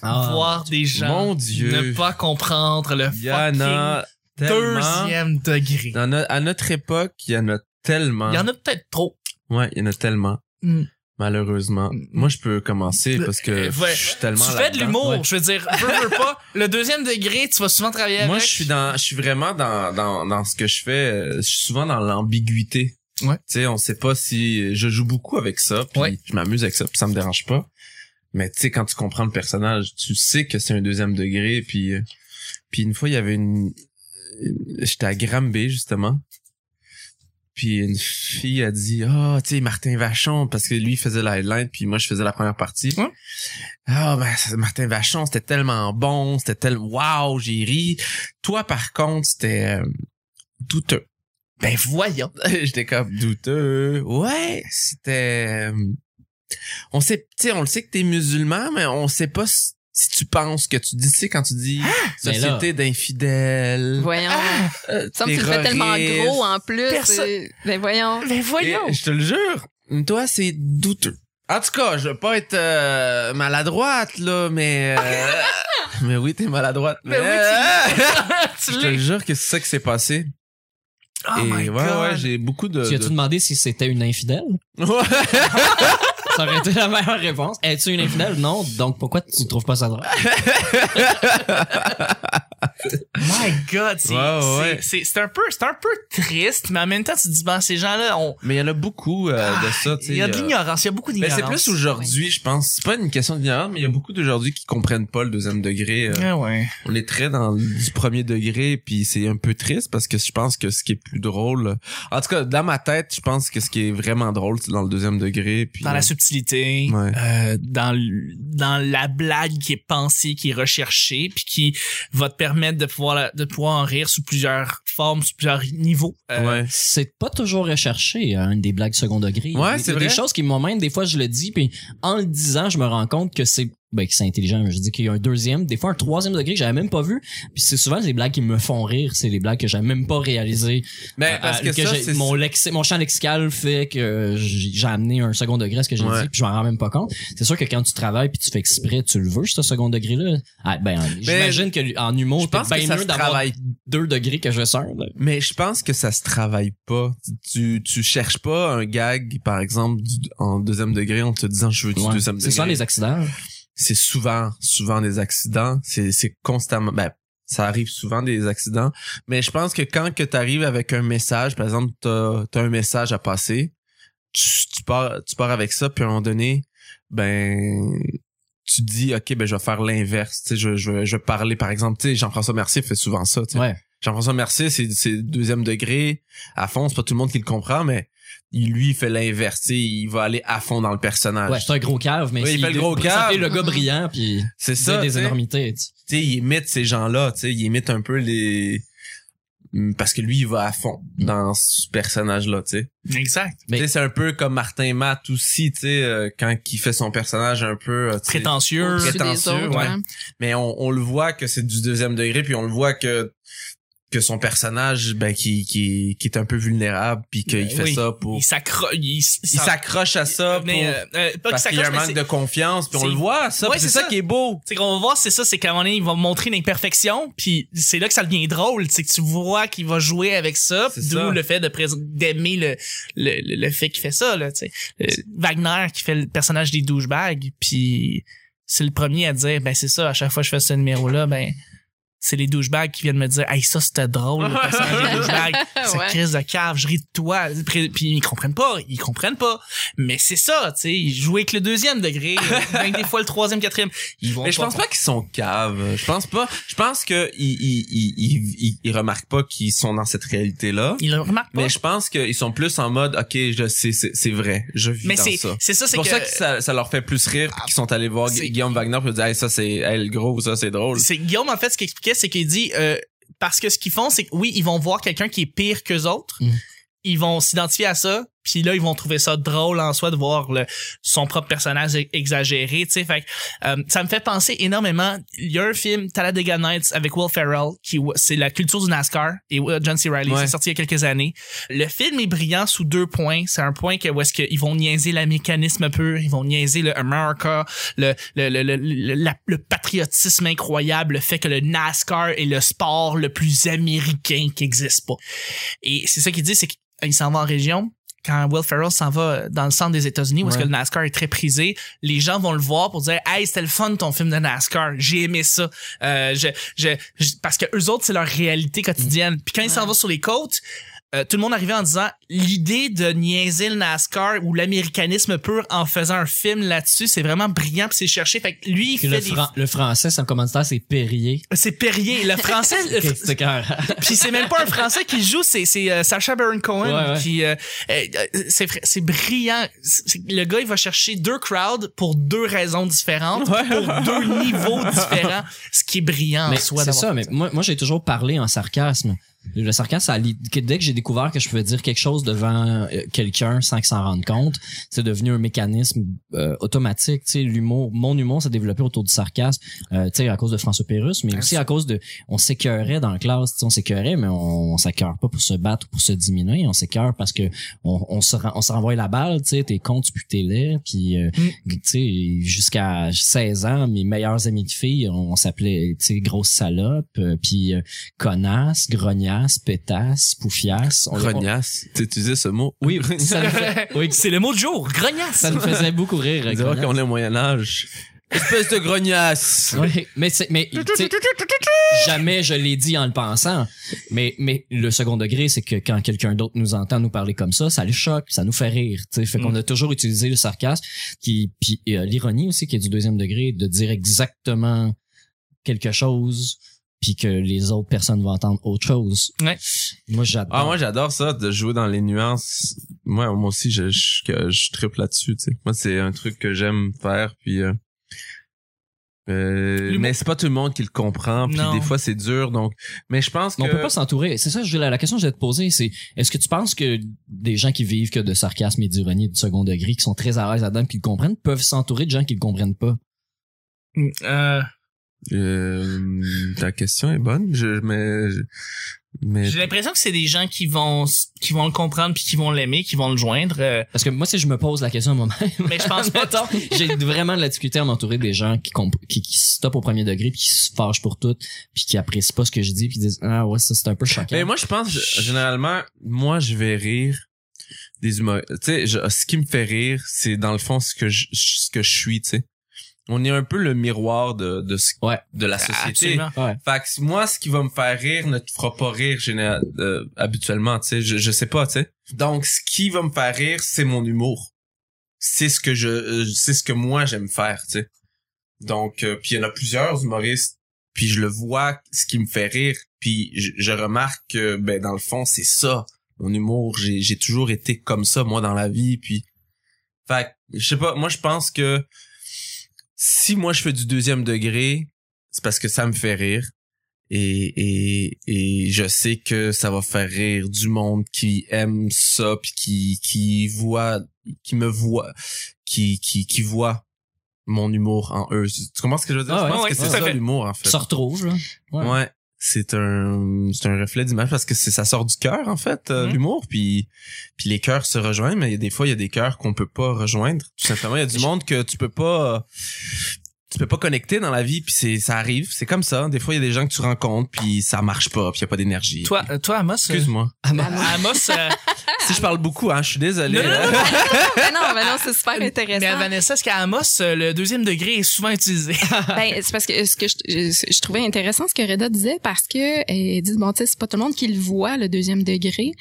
S2: Ah.
S1: Voir des gens
S4: Mon Dieu.
S1: ne pas comprendre le
S4: Il y en
S1: fucking
S4: a tellement.
S1: deuxième degré.
S4: Dans no- à notre époque, il y en a tellement.
S1: Il y en a peut-être trop.
S4: Ouais, il y en a tellement.
S1: Mm.
S4: Malheureusement.
S1: Mm.
S4: Moi, je peux commencer parce que
S1: eh, Ouais.
S4: je suis tellement
S1: tu fais de
S4: là-dedans.
S1: l'humour,
S2: Ouais.
S1: je veux dire, veux, veux pas. Le deuxième degré, tu vas souvent travailler
S4: Moi,
S1: avec.
S4: je suis dans, je suis vraiment dans, dans, dans ce que je fais. euh, Je suis souvent dans l'ambiguïté.
S1: Ouais.
S4: Tu sais, on sait pas si je joue beaucoup avec ça. Puis
S1: Ouais.
S4: je m'amuse avec ça. Puis ça me dérange pas. Mais tu sais, quand tu comprends le personnage, tu sais que c'est un deuxième degré. Puis, euh, puis une fois, il y avait une, une- j'étais à Granby justement. puis une fille a dit ah tu sais Martin Vachon parce que lui faisait la headline puis moi je faisais la première partie
S1: Hein?
S4: ah ben c'est- Martin Vachon c'était tellement bon c'était tellement wow j'ai ri toi par contre c'était euh, douteux [laughs] ben voyons j'étais comme douteux ouais c'était euh, on sait tu sais on le sait que t'es musulman mais on sait pas si si tu penses que tu dis tu sais quand tu dis
S2: Ben là.
S4: société d'infidèles
S3: Voyons.
S4: euh,
S3: Ça me fait tellement
S4: terroristes.
S3: gros en plus.
S1: Personne-
S3: euh, Ben voyons.
S1: Mais voyons!
S4: Et Je te le jure. Toi, c'est douteux. En tout cas, je veux pas être euh, maladroite, là, mais... euh,
S1: [laughs]
S4: [laughs] mais oui, t'es maladroite. euh,
S1: Mais oui, tu
S4: je te
S1: l'es.
S4: le jure que c'est ça qui s'est passé.
S1: Oh
S4: Et
S1: my
S4: ouais, ouais,
S1: god!
S4: j'ai beaucoup de...
S2: Tu as-tu demandé si c'était une infidèle?
S4: de- Ouais.
S2: Ça aurait été la meilleure réponse. Es-tu une infidèle? Non. Donc, pourquoi tu trouves pas ça drôle?
S1: my god! C'est
S4: Ouais, ouais.
S1: c'est- c'est- c'est un, peu- c'est un peu triste, mais en même temps, tu te dis, bon, ces gens-là, on-
S4: mais il y en a beaucoup euh, de ça. tu sais,
S1: il y a de
S4: euh,
S1: l'ignorance, il y a beaucoup
S4: Mais
S1: d'ignorance.
S4: c'est plus aujourd'hui, je pense. C'est pas une question d'ignorance, mais il y a beaucoup d'aujourd'hui qui comprennent pas le deuxième degré. euh,
S1: Ah ouais.
S4: on est très dans du premier degré puis c'est un peu triste parce que je pense que ce qui est plus drôle en tout cas dans ma tête je pense que ce qui est vraiment drôle c'est dans le deuxième degré puis
S1: dans la subtilité,
S4: Ouais.
S1: euh, dans l- dans la blague qui est pensée, qui est recherchée, puis qui va te permettre de pouvoir la- de pouvoir en rire sous plusieurs formes, sous plusieurs niveaux. Euh,
S4: ouais
S2: C'est pas toujours recherché, hein, une des blagues second degré.
S4: Ouais,
S2: Il y a
S4: c'est
S2: Des
S4: vrai.
S2: choses qui, moi-même, des fois, je le dis, puis en le disant, je me rends compte que c'est, ben, que c'est intelligent, mais je dis qu'il y a un deuxième, des fois, un troisième degré que j'avais même pas vu, puis c'est souvent les blagues qui me font rire, c'est les blagues que j'avais même pas réalisées.
S4: mais
S2: Euh,
S4: Ben, parce
S2: euh,
S4: que, ça
S2: j'ai-
S4: c'est
S2: mon, lexi- mon champ lexical fait que euh, j'ai j'ai amené un second degré à ce que j'ai
S4: Ouais.
S2: dit, puis je m'en rends même pas compte. C'est sûr que quand tu travailles puis tu fais exprès, tu le veux ce second degré là. Ah, ben j'imagine que en
S4: je
S2: humour,
S4: pense
S2: t'es
S4: que
S2: bien
S4: ça
S2: mieux
S4: se
S2: d'avoir
S4: travaille
S2: deux degrés que je sors. là.
S4: mais je pense que ça se travaille pas tu tu cherches pas un gag par exemple du- en deuxième degré en te disant je veux du
S2: Ouais.
S4: deuxième degré
S2: C'est souvent les accidents.
S4: c'est souvent souvent des accidents c'est c'est constamment ben ça arrive souvent des accidents mais je pense que quand que t'arrives avec un message par exemple t'as as un message à passer tu, tu pars tu pars avec ça puis à un moment donné ben tu dis ok ben je vais faire l'inverse tu sais je je vais- je vais parler par exemple tu sais Jean-François Mercier fait souvent ça tu sais.
S2: Ouais.
S4: Jean-François Mercier, c'est, c'est deuxième degré à fond. C'est pas tout le monde qui le comprend, mais il, lui, il fait l'inverse. tu sais, Il va aller à fond dans le personnage.
S2: Ouais, c'est un gros cave, mais
S4: Oui, il fait le gros
S2: ça
S4: cave.
S2: fait le gars brillant puis
S4: c'est
S2: il
S4: ça.
S2: dit
S4: tu
S2: des
S4: sais.
S2: énormités. tu sais.
S4: tu sais, il imite ces gens-là, tu sais, il imite un peu les mm, parce que lui il va à fond dans ce personnage là tu sais
S1: Exact.
S2: Mais-
S4: Tu sais, c'est un peu comme Martin Matt aussi tu sais euh, quand il fait son personnage un peu euh, tu sais.
S1: Prétentieux.
S3: Au-dessus des
S4: prétentieux,
S3: autres,
S4: ouais.
S3: hein.
S4: mais on, on le voit que c'est du deuxième degré puis on le voit que que son personnage ben qui qui, qui est un peu vulnérable puis qu'il
S1: Ben
S4: fait
S1: oui.
S4: ça pour
S1: Il s'accroche. Il, s-
S4: il s'accroche à ça
S1: mais,
S4: pour
S1: euh, euh, pas qu'il
S4: parce qu'il y a un
S1: s'accroche, mais
S4: manque
S1: c'est-
S4: de confiance puis on
S1: c'est-
S4: le voit ça
S1: Ouais,
S4: puis c'est
S1: c'est
S4: ça
S1: ça.
S4: qui est beau
S1: c'est qu'on va voir, c'est ça, c'est qu'à un moment donné, il va montrer une imperfection, puis c'est là que ça devient drôle, c'est que tu vois qu'il va jouer avec ça,
S4: C'est ça.
S1: d'où le fait de prés- d'aimer le, le, le, le fait qu'il fait ça, là, tu sais. Euh, Wagner qui fait le personnage des douchebags, puis c'est le premier à dire, ben c'est ça, à chaque fois que je fais ce numéro-là, ben c'est les douchebags qui viennent me dire, hey, ça c'était drôle, le
S4: [laughs]
S1: personnage des douchebags, cette
S3: Ouais.
S1: crise de cave, je ris de toi, puis ils comprennent pas, ils comprennent pas. Mais c'est ça, tu sais, ils jouent avec le deuxième
S4: [laughs]
S1: degré, même des fois le troisième, quatrième. Ils vont
S4: Mais je pense pas qu'ils sont caves. Je pense pas. Je pense que ils ils ils ils, ils- ils remarquent pas qu'ils sont dans cette réalité là.
S1: Il le remarque pas.
S4: Mais je pense qu'ils sont plus en mode ok je sais c'est c'est vrai je vis
S1: Mais
S4: dans
S1: c'est
S4: ça.
S1: c'est ça,
S4: C'est
S1: c'est
S4: pour
S1: que Ah,
S4: ça que ça, ça leur fait plus rire puis qu'ils sont allés voir
S1: c'est-
S4: Gu- Guillaume Wagner puis ils disent hey, ça c'est hey, le gros ça c'est drôle.
S1: c'est Guillaume en fait ce qu'il expliquait, c'est qu'il dit euh, parce que ce qu'ils font, c'est que oui, ils vont voir quelqu'un qui est pire que autres,
S2: Mm.
S1: ils vont s'identifier à ça, puis là ils vont trouver ça drôle en soi de voir le, son propre personnage e- exagéré, tu sais. Fait que, euh, ça me fait penser énormément. Il y a un film Talladega Nights avec Will Ferrell qui c'est la culture du NASCAR et euh, John C. Reilly,
S4: Ouais.
S1: c'est sorti il y a quelques années. Le film est brillant sous deux points. C'est un point que où est-ce qu'ils vont niaiser la mécanisme pur, ils vont niaiser le America, le le le le, le- la- le patriotisme incroyable, le fait que le NASCAR est le sport le plus américain qui existe pas. Et c'est ça qu'il dit, c'est qu'il s'en va en région. Quand Will Ferrell s'en va dans le centre des États-Unis, où est-ce
S4: Ouais.
S1: que le NASCAR est très prisé, les gens vont le voir pour dire Hey, c'était le fun ton film de NASCAR, j'ai aimé ça. Euh, je, je, je- parce que eux autres, c'est leur réalité quotidienne. Puis quand il s'en va sur les côtes, euh, tout le monde arrivait en disant l'idée de niaiser le NASCAR ou l'américanisme pur en faisant un film là-dessus, c'est vraiment brillant, puis c'est cherché. Fait que lui, il
S2: Puis le,
S1: fait des...
S2: fran- le français, son commanditaire, c'est Perrier.
S1: C'est Perrier. Le français, le fr-
S2: C'est cœur.
S1: Puis c'est même pas un français qui joue, c'est c'est euh, Sacha Baron Cohen
S2: Ouais, ouais.
S1: qui euh, euh, euh, c'est fr- c'est brillant. C'est- Le gars il va chercher deux crowds pour deux raisons différentes, pour deux niveaux différents, ce qui est brillant
S2: Mais
S1: en soi.
S2: c'est
S1: d'avoir
S2: ça,
S1: fait
S2: mais moi, moi j'ai toujours parlé en sarcasme. Le sarcasme, ça a li- que dès que j'ai découvert que je pouvais dire quelque chose devant euh, quelqu'un sans qu'il s'en rende compte, c'est devenu un mécanisme euh, automatique. Tu sais, l'humour, mon humour s'est développé autour du sarcasme, euh, tu sais, à cause de François Pérus,
S1: Ah,
S2: mais aussi à cause de, on s'écœurait dans la classe, tu sais, on s'écœurait, mais on, on s'écœure pas pour se battre ou pour se diminuer, on s'écœure parce que on, on se, ren- on se renvoie la balle, tu sais, t'es con, tu pues tes laid, puis euh, tu sais, jusqu'à 16 ans, mes meilleurs amis de filles, on s'appelait, tu sais, grosse salope, euh, puis euh, connasse, grognasse, pétasse, poufiasse. On- on-
S4: Grognasse. Tu utilisé ce mot?
S2: Oui, ça nous, fait-
S1: ça. [laughs] c'est le mot du jour, grognasse.
S2: ça nous faisait beaucoup
S4: [laughs]
S2: rire.
S4: On dirait
S2: grognasse.
S4: qu'on est au Moyen-Âge. Espèce de grognasse!
S2: Ouais, mais c'est- mais tu sais, jamais je l'ai dit en le pensant. Mais mais le second degré, c'est que quand quelqu'un d'autre nous entend nous parler comme ça, ça le choque, ça nous fait rire. tu sais. fait
S4: Mm.
S2: qu'on a toujours utilisé le sarcasme, qui puis euh, l'ironie aussi qui est du deuxième degré, de dire exactement quelque chose puis que les autres personnes vont entendre autre chose.
S1: Ouais.
S2: Moi j'adore.
S4: Ah, moi, j'adore ça, de jouer dans les nuances. Moi, moi aussi, je, je, que je tripe là-dessus, tu sais. Moi, c'est un truc que j'aime faire, puis... euh, euh,
S1: L'humour.
S4: mais c'est pas tout le monde qui le comprend, puis
S1: Non.
S4: des fois, c'est dur, donc... Mais je pense
S2: Mais
S4: que...
S2: on peut pas s'entourer. C'est ça, je voulais- la, question que je vais te poser, c'est est-ce que tu penses que des gens qui vivent que de sarcasme et d'ironie et du second degré, qui sont très à l'aise là-dedans, qui le comprennent, peuvent s'entourer de gens qui le comprennent pas?
S1: Euh,
S4: Euh, ta question est bonne, je, mais... je- mais
S1: J'ai l'impression que c'est des gens qui vont s- qui vont le comprendre puis qui vont l'aimer, qui vont le joindre. euh,
S2: Parce que moi, si je me pose la question à moi-même,
S1: mais je pense pas tant.
S2: [laughs] j'ai vraiment de la difficulté à m'entourer des gens qui, comp- qui, qui se stoppent au premier degré, puis qui se fâchent pour tout, puis qui apprécient pas ce que je dis, puis qui disent « Ah ouais, ça c'est
S1: [laughs]
S2: un peu choquant. »
S4: Mais moi, je pense, g- généralement, moi, je vais rire des humoristes. Tu sais, je- ce qui me fait rire, c'est dans le fond ce que je, ce que je suis, tu sais. On est un peu le miroir de, de, ce-
S2: Ouais.
S4: de la société.
S1: Absolument.
S2: Ouais.
S4: Fait que moi, ce qui va me faire rire ne te fera pas rire général, euh, habituellement, tu sais. Je, je sais pas, tu sais. Donc, ce qui va me faire rire, c'est mon humour. C'est ce que je, euh, c'est ce que moi j'aime faire, tu sais. Donc, euh, puis il y en a plusieurs humoristes, puis je le vois, ce qui me fait rire, puis je, je remarque que, ben, dans le fond, c'est ça, mon humour. J'ai, j'ai toujours été comme ça, moi, dans la vie, puis... Fait que, je sais pas, moi, je pense que si moi, je fais du deuxième degré, c'est parce que ça me fait rire. Et, et, et je sais que ça va faire rire du monde qui aime ça puis qui, qui voit, qui me voit, qui, qui, qui voit mon humour en eux. Tu comprends ce que je veux dire?
S2: Ah
S4: je
S2: ouais,
S4: pense
S1: ouais,
S4: que c'est
S1: tout à
S4: ça
S1: fait.
S4: l'humour, en fait.
S2: se retrouve, là. Ouais.
S4: Ouais. C'est un c'est un reflet d'image parce que c'est ça sort du cœur en fait euh,
S1: Mhm.
S4: l'humour puis puis les cœurs se rejoignent mais il y a des fois il y a des cœurs qu'on peut pas rejoindre tout simplement il y a du monde que tu peux pas euh, tu peux pas connecter dans la vie puis c'est ça arrive c'est comme ça des fois il y a des gens que tu rencontres puis ça marche pas puis il y a pas d'énergie
S1: Toi, euh, toi Amos. euh,
S4: excuse-moi
S1: Amos. euh,
S4: si je parle beaucoup hein je suis désolé
S1: Non, non, non,
S3: Ben non, ben non, c'est super
S1: mais à
S3: intéressant.
S1: Vanessa, ce qu'à Amos, euh, le deuxième degré est souvent utilisé.
S3: Ben, c'est parce que ce que je, je- je trouvais intéressant ce que Reda disait parce que euh, elle dit bon tu sais c'est pas tout le monde qui le voit le deuxième degré.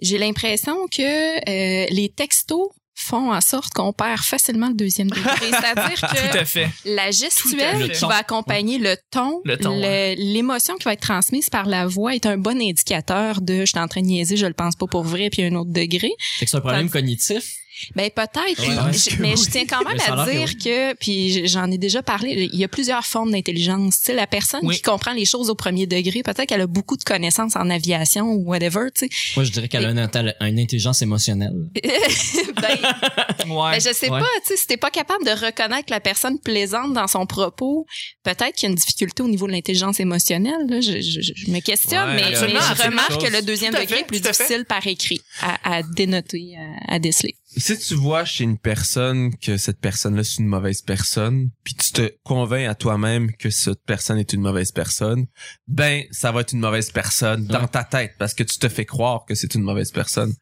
S3: J'ai l'impression que euh, les textos font en sorte qu'on perd facilement le
S1: [laughs]
S3: deuxième degré, c'est-à-dire
S1: Tout
S3: que
S1: à fait.
S3: la
S1: Tout à
S3: gestuelle
S1: fait.
S3: qui va accompagner le ton,
S1: Le ton,
S3: le-
S1: ouais.
S3: l'émotion qui va être transmise par la voix est un bon indicateur de je suis en train de niaiser, je le pense pas pour vrai puis un autre degré.
S2: Fait que c'est un problème cognitif.
S3: Ben peut-être,
S2: Ouais,
S3: puis
S2: parce
S3: je-
S2: que
S3: mais
S2: oui.
S3: je tiens quand même
S2: Mais ça a
S3: à
S2: l'air
S3: dire que, puis j- j'en ai déjà parlé, il y a plusieurs formes d'intelligence. Tu sais, la personne
S1: Oui.
S3: qui comprend les choses au premier degré, peut-être qu'elle a beaucoup de connaissances en aviation ou whatever, tu sais.
S2: Moi, je dirais qu'elle a une, intel- une intelligence émotionnelle.
S3: [laughs] ben,
S1: Ouais.
S3: ben, je sais
S2: Ouais.
S3: pas, tu sais, si t'es pas capable de reconnaître la personne plaisante dans son propos, peut-être qu'il y a une difficulté au niveau de l'intelligence émotionnelle. là. je, je- je me questionne,
S4: Ouais,
S3: mais, mais je
S1: absolument, c'est
S3: remarque
S4: quelque
S3: que
S4: chose.
S3: le deuxième
S1: Tout à
S3: degré
S1: fait,
S3: est plus
S1: tout à fait.
S3: difficile par écrit à, à dénoter, à, à déceler.
S4: si tu vois chez une personne que cette personne là c'est une mauvaise personne puis tu te convaincs à toi-même que cette personne est une mauvaise personne ben ça va être une mauvaise personne dans ta tête parce que tu te fais croire que c'est une mauvaise personne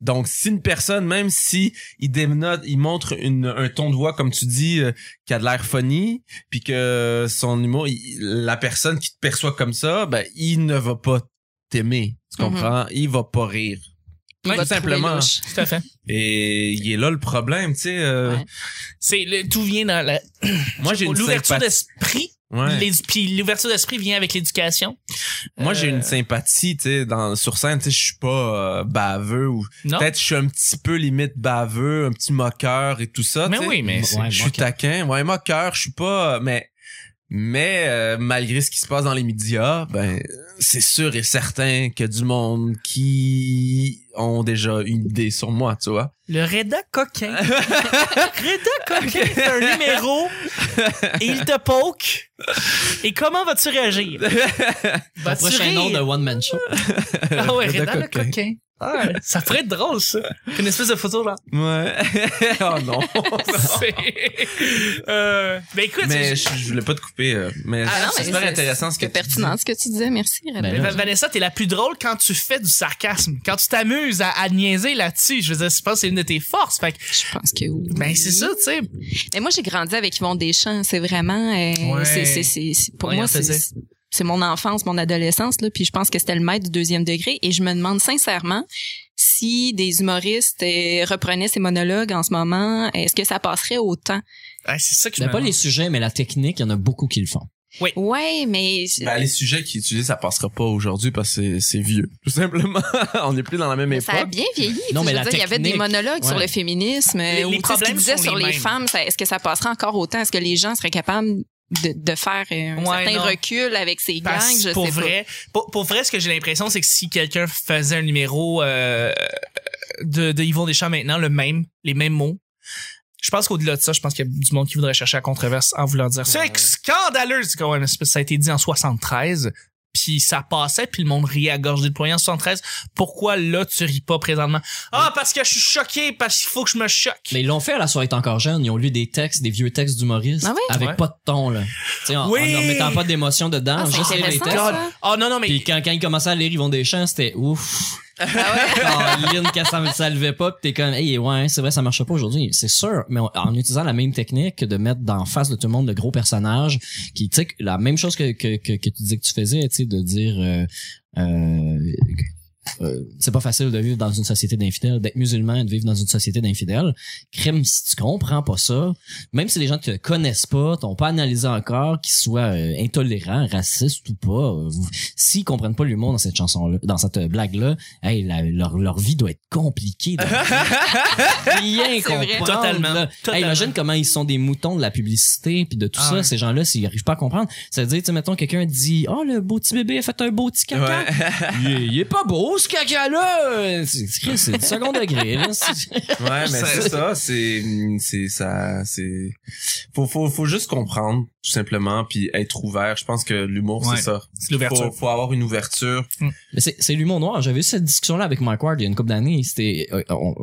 S4: Donc, si une personne, même si il dénote, il montre une, un ton de voix, comme tu dis, euh, qui a de l'air funny, puis que son humour, il- la personne qui te perçoit comme ça, ben, il ne va pas t'aimer. Tu comprends? Il va pas rire.
S3: Mm-hmm. Il va
S4: tout
S3: te trouver
S4: simplement.
S3: louche.
S1: Tout à fait.
S4: Et il est là le problème, tu sais. euh,
S3: Ouais.
S1: C'est le- tout vient dans la
S4: Moi, j'ai une
S1: l'ouverture
S4: sympathie.
S1: d'esprit.
S4: Ouais.
S1: l'édu- Puis l'ouverture d'esprit vient avec l'éducation.
S4: Moi, j'ai
S1: Euh,
S4: une sympathie, tu sais, dans sur scène, tu sais, je suis pas euh, baveux ou
S1: Non.
S4: peut-être je suis un petit peu limite baveux, un petit moqueur et tout ça.
S1: Mais
S4: tu sais.
S1: oui, mais c'est-
S2: Ouais,
S4: je suis
S2: moqueur.
S4: taquin, ouais, moqueur, je suis pas, euh, mais mais euh, malgré ce qui se passe dans les médias, ben c'est sûr et certain qu'il y a du monde qui ont déjà une idée sur moi, tu vois.
S1: le Reda [laughs] coquin. Reda coquin, c'est un numéro. Et il te poke. Et comment vas-tu réagir?
S2: Ton
S1: Vas-tu
S2: prochain nom de
S1: rire?
S2: One Man Show.
S1: Ah ouais,
S4: Reda
S1: Reda le
S4: coquin.
S1: coquin. Ah, ça ferait être drôle, ça. Une espèce de photo, là.
S4: Ouais. [laughs] oh non.
S1: [laughs] C'est... Euh, ben écoute,
S4: mais
S1: je-
S4: je, je voulais pas te couper, euh, mais
S1: Ah non,
S4: c'est
S1: mais
S4: super intéressant ce que
S3: C'est
S4: tu dis.
S3: pertinent ce que tu disais. Merci, Rebecca.
S2: Ben
S1: Mais Vanessa, t'es la plus drôle quand tu fais du sarcasme, quand tu t'amuses à, à niaiser là-dessus. Je veux dire, je pense que c'est une de tes forces. Fait que,
S3: Je pense que oui.
S1: ben c'est ça, tu sais.
S3: Et moi, j'ai grandi avec Yvon Deschamps. C'est vraiment. euh,
S1: Ouais.
S3: c'est- c'est- c'est- c'est- pour
S1: Ouais, il
S3: moi,
S1: en
S3: c'est.
S1: faisait.
S3: C'est mon enfance, mon adolescence, là, puis je pense que c'était le maître du deuxième degré. Et je me demande sincèrement si des humoristes euh, reprenaient ces monologues en ce moment, est-ce que ça passerait autant?
S1: Ah, c'est ça que je
S2: Ben,
S1: me
S2: pas les
S1: demande.
S2: sujets, mais la technique, il y en a beaucoup qui le font.
S3: Ouais, mais
S4: Ben, les sujets qu'ils utilisent, ça passera pas aujourd'hui parce que c'est- c'est vieux. Tout simplement. [laughs] On n'est plus dans la même
S3: ça a
S4: époque.
S3: bien vieilli.
S2: Non,
S3: Tu
S2: mais
S3: veux
S2: la
S3: dire, il y avait des
S2: technique,
S3: monologues sur
S2: ouais.
S3: le féminisme,
S1: Les-
S3: euh, ou
S1: les
S3: tu sais, ce
S1: problèmes
S3: qu'ils disaient
S1: sont
S3: sur
S1: les
S3: les,
S1: mêmes.
S3: femmes, ça- est-ce que ça passerait encore autant? Est-ce que les gens seraient capables de, de faire euh, un
S1: Ouais,
S3: certain
S1: non.
S3: recul avec ces gangs?
S1: Parce-
S3: Je
S1: pour
S3: sais pas.
S1: vrai, pour, pour vrai, ce que j'ai l'impression, c'est que si quelqu'un faisait un numéro euh, de, de Yvon Deschamps maintenant, le même, les mêmes mots, je pense qu'au-delà de ça, je pense qu'il y a du monde qui voudrait chercher la controverse en voulant dire. C'est
S4: Ouais.
S1: scandaleux! C'est quand même, ça a été dit en 73, puis ça passait, puis le monde riait à gorge déployée en 73. Pourquoi là, tu ris pas présentement? Ah, parce que je suis choqué, parce qu'il faut que je me choque.
S2: Mais ils l'ont fait à la soirée T'es encore jeune. Ils ont lu des textes, des vieux textes d'humoristes
S3: Ah ouais?
S2: avec
S1: Ouais.
S2: pas de ton là. Tu sais, en,
S1: Oui!
S2: en leur mettant pas d'émotion dedans,
S3: Ah, c'est
S2: juste lire les
S3: intéressant,
S2: textes.
S3: ça.
S1: Oh non, non, mais...
S2: Puis quand, quand ils commençaient à lire Yvon Deschamps, c'était ouf.
S3: Ah ouais?
S2: [laughs] Caroline, quand ça, ça levait pas, pis t'es comme, hey, ouais, c'est vrai, ça marche pas aujourd'hui. C'est sûr, mais en- en utilisant la même technique que de mettre d'en face de tout le monde de gros personnages, qui, tu sais, que la même chose que, que, que, que tu disais que tu faisais, tu sais, de dire, euh, euh, euh, c'est pas facile de vivre dans une société d'infidèles, d'être musulman et de vivre dans une société d'infidèles. Crime, si tu comprends pas ça, même si les gens te connaissent pas, t'ont pas analysé encore, qu'ils soient euh, intolérants, racistes ou pas, euh, vous- s'ils comprennent pas l'humour dans cette chanson-là, dans cette euh, blague-là, hey, la- leur, leur vie doit être compliquée. de rien
S3: vrai.
S2: comprendre.
S1: Totalement.
S2: là. Hey,
S1: Totalement.
S2: imagine comment ils sont des moutons de la publicité puis de tout
S1: Ah
S2: ça.
S1: ouais.
S2: Ces gens-là, s'ils arrivent pas à comprendre, ça veut dire, tu sais, mettons, quelqu'un dit, oh, le beau petit bébé a fait un beau petit caca
S4: Ouais.
S2: il, est, il est pas beau ce caca-là! C'est c'est- c'est du second
S1: [laughs]
S2: degré, là. C'est-
S4: Ouais, mais
S1: Ça-
S4: c'est ça, c'est, c'est ça, c'est, faut, faut, faut juste comprendre, tout simplement, puis être ouvert. Je pense que l'humour,
S1: Ouais.
S4: c'est ça.
S1: C'est l'ouverture.
S4: Faut, faut avoir une ouverture.
S2: Mais c'est c'est l'humour noir. J'avais eu cette discussion-là avec Mike Ward il y a une couple d'années. C'était. euh, on-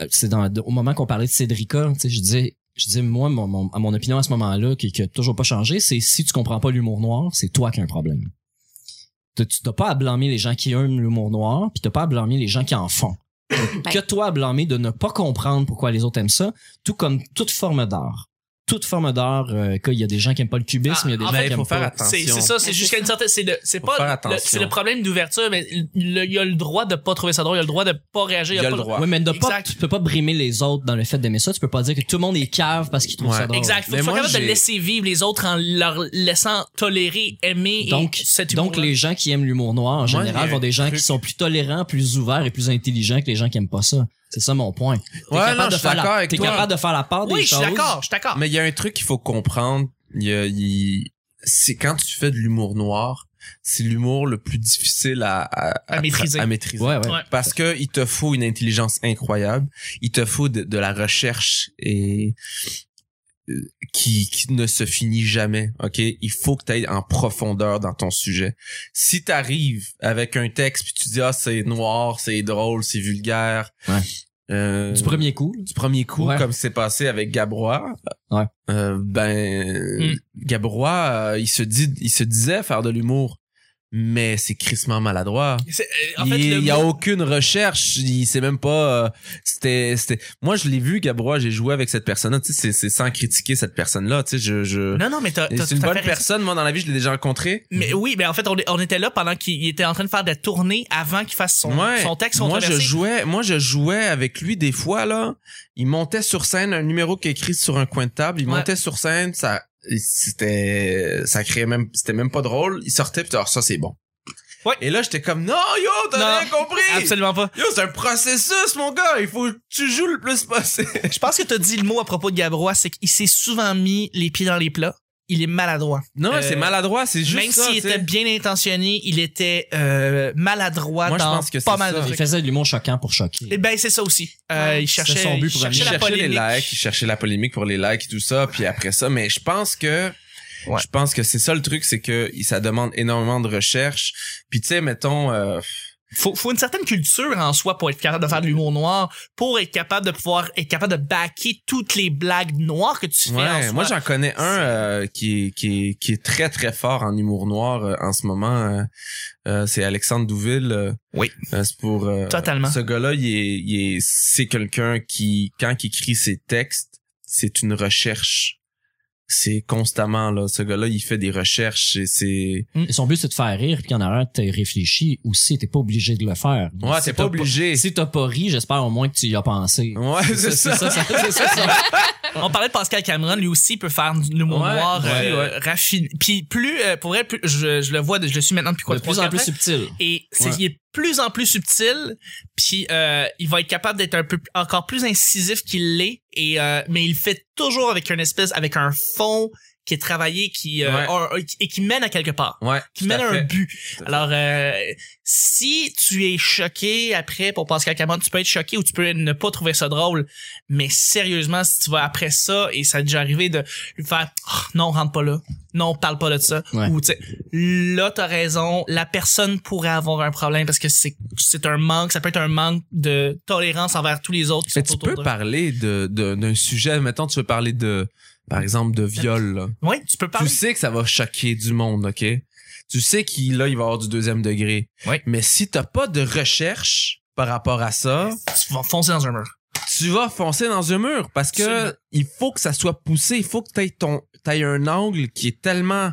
S2: euh, C'est dans- au moment qu'on parlait de Cédrica, tu sais, je disais. Je disais, moi, mon, mon, à mon opinion à ce moment-là, qui, qui a toujours pas changé, c'est si tu comprends pas l'humour noir, c'est toi qui as un problème. T'as- Tu n'as pas à blâmer les gens qui aiment l'humour noir, puis t'as pas à blâmer les gens qui en font. que toi à blâmer de ne pas comprendre pourquoi les autres aiment ça, tout comme toute forme d'art. Toute forme d'art, euh, qu'il y a des gens qui aiment pas le cubisme,
S1: Ah,
S2: il y a des
S1: en
S2: gens
S1: fait,
S2: qui
S4: faut
S2: aiment
S4: faire
S2: pas-
S4: attention.
S1: C'est c'est ça, c'est
S3: Mais
S1: jusqu'à
S3: c'est
S1: une certaine. C'est le, c'est
S4: Faut
S1: pas
S4: faire
S1: le-
S4: attention.
S1: c'est le problème d'ouverture, mais le- il y a le droit de pas trouver ça drôle, il y a le droit de pas réagir,
S4: Il y a
S1: pas
S4: le droit.
S2: Oui, mais ne pas,
S1: Exact.
S2: tu peux pas brimer les autres dans le fait d'aimer ça. Tu peux pas dire que tout le monde est cave parce qu'ils trouvent
S4: Ouais.
S2: ça drôle.
S1: Exact. Faut
S4: Mais
S1: faut
S4: moi,
S1: être capable de
S4: j'ai-
S1: laisser vivre les autres en leur laissant tolérer, aimer
S2: Donc,
S1: et cet
S2: donc
S1: humour-là.
S2: les gens qui aiment l'humour noir, en
S4: il y
S2: général,
S4: a
S2: vont des gens
S4: truc-
S2: qui sont plus tolérants, plus ouverts et plus intelligents que les gens qui aiment pas ça. C'est ça mon point. T'es
S4: Ouais,
S2: capable
S4: non,
S2: de
S4: je suis
S2: faire la-
S4: d'accord avec
S2: T'es
S4: toi.
S2: capable de faire la part des
S1: Oui, je
S2: choses.
S1: suis d'accord, je suis d'accord.
S4: Mais il y a un truc qu'il faut comprendre. Il y a- il- c'est quand tu fais de l'humour noir, c'est l'humour le plus difficile à, à,
S1: À maîtriser.
S4: à maîtriser.
S2: Ouais, ouais.
S1: Ouais.
S4: Parce que il te faut une intelligence incroyable, il te faut de, de la recherche et euh, qui, qui ne se finit jamais, ok? Il faut que tu ailles en profondeur dans ton sujet. Si tu arrives avec un texte puis tu dis ah c'est noir, c'est drôle, c'est vulgaire,
S2: Ouais.
S4: euh,
S2: Du premier coup.
S4: du premier coup
S2: Ouais.
S4: comme c'est passé avec Gabrois,
S2: Ouais.
S4: euh, ben
S1: Mm.
S4: Gabrois euh, il se dit il se disait faire de l'humour mais c'est crissement maladroit.
S1: C'est- euh, en
S4: il
S1: fait, le
S4: n'y a
S1: mot-
S4: aucune recherche, il sait même pas. euh, c'était, c'était. Moi, je l'ai vu, Gabrois, j'ai joué avec cette personne-là. Tu sais, c'est, c'est sans critiquer cette personne-là. Tu sais, je, je.
S1: Non, non, mais t'as,
S4: Et
S1: t'as
S4: c'est
S1: tout
S4: une
S1: à
S4: bonne
S1: fait raison.
S4: personne. Moi, dans la vie, je l'ai déjà rencontré.
S1: Mais oui, mais en fait, on, on était là pendant qu'il était en train de faire de la tournée avant qu'il fasse son,
S4: Ouais.
S1: son texte
S4: Moi, je
S1: controversé.
S4: jouais, moi, je jouais avec lui des fois là. Il montait sur scène un numéro qui est écrit sur un coin de table. Il
S1: Ouais.
S4: montait sur scène, ça, c'était, ça créait même, c'était même pas drôle. Il sortait, puis alors ça, c'est bon.
S1: Ouais.
S4: Et là, j'étais comme non, yo,
S1: Non.
S4: t'as rien compris.
S1: Absolument pas.
S4: Yo, c'est un processus, mon gars. Il faut que tu joues le plus possible.
S1: Je pense que t'as dit le mot à propos de Gabrois, c'est qu'il s'est souvent mis les pieds dans les plats. Il est maladroit.
S4: Non,
S1: Euh,
S4: c'est maladroit, c'est juste
S1: Même
S4: ça.
S1: s'il
S4: tu
S1: était
S4: sais.
S1: bien intentionné, il était euh, maladroit
S4: Moi, je
S1: dans
S4: pense que c'est
S1: pas mal
S4: ça.
S1: de
S2: Il
S1: trucs.
S2: faisait de l'humour choquant pour
S1: Eh
S2: choquer.
S1: ben c'est ça aussi. Euh,
S3: Ouais.
S1: il cherchait,
S2: son but
S1: il
S2: premier.
S1: cherchait
S4: Il
S1: la
S4: cherchait les
S1: polémique.
S4: likes, il cherchait la polémique pour les likes et tout ça, puis après ça, mais je pense que
S1: Ouais.
S4: je pense que c'est ça le truc, c'est que ça demande énormément de recherche. Puis tu sais, mettons euh,
S1: Faut, faut une certaine culture en soi pour être capable de faire de l'humour noir, pour être capable de pouvoir être capable de backer toutes les blagues noires que tu fais en
S4: ouais,
S1: soi.
S4: moi j'en connais un
S1: C'est-
S4: euh, qui, est- qui est qui est très très fort en humour noir euh, en ce moment, euh, euh, c'est Alexandre Douville. euh,
S1: Oui.
S4: euh, c'est pour euh,
S1: Totalement.
S4: Ce gars-là, il est, il est- c'est quelqu'un qui, quand il écrit ses textes, c'est une recherche. C'est constamment, là. Ce gars-là, il fait des recherches et c'est...
S2: Et son but, c'est de faire rire, puis qu'il y en a un, t'es réfléchi aussi, t'es pas obligé de le faire.
S4: Ouais,
S2: Si
S4: t'es pas
S2: t'as
S4: obligé.
S2: Si t'as pas ri, j'espère au moins que tu y as pensé.
S4: Ouais, c'est ça.
S2: c'est ça, ça.
S1: On parlait de Pascal Cameron, lui aussi peut faire de l'humour
S4: Ouais,
S1: noir
S4: ouais,
S1: euh, raffiné. Puis plus, euh, pour vrai, plus- je, je le vois, de- je le suis maintenant depuis quoi
S2: de plus
S1: trois,
S2: en
S1: quatre
S2: plus
S1: ans.
S2: subtil.
S1: Et c'est,
S2: Ouais.
S1: il est de plus en plus subtil, puis euh, il va être capable d'être un peu plus- encore plus incisif qu'il l'est. Et euh, mais il le fait toujours avec une espèce, avec un fond qui est travaillé, qui euh,
S4: Ouais.
S1: a un- et qui mène à quelque part,
S4: Ouais,
S1: qui
S4: tout
S1: mène à
S4: à
S1: un
S4: fait.
S1: but.
S4: Tout à fait.
S1: Alors euh, si tu es choqué après pour Pascal Cameron, tu peux être choqué ou tu peux ne pas trouver ça drôle. Mais sérieusement, si tu vas après ça et ça a déjà arrivé de lui faire Oh, non rentre pas là, non parle pas de ça,
S2: Ouais.
S1: ou tu sais là t'as raison, la personne pourrait avoir un problème parce que c'est c'est un manque, ça peut être un manque de tolérance envers tous les autres. Qui
S4: Mais
S1: sont
S4: tu
S1: autour
S4: peux
S1: de-
S4: parler de, de- d'un sujet, mettons, tu veux parler de, par exemple, de viol, là.
S1: Ouais, tu peux
S4: Tu
S1: parler.
S4: sais que ça va choquer du monde, OK? Tu sais qu'il là, il va avoir du deuxième degré.
S1: Ouais.
S4: Mais si t'as pas de recherche par rapport à ça,
S1: Tu vas foncer dans un mur.
S4: tu vas foncer dans un mur parce que
S1: Absolument.
S4: il faut que ça soit poussé, il faut que t'aies ton t'aies un angle qui est tellement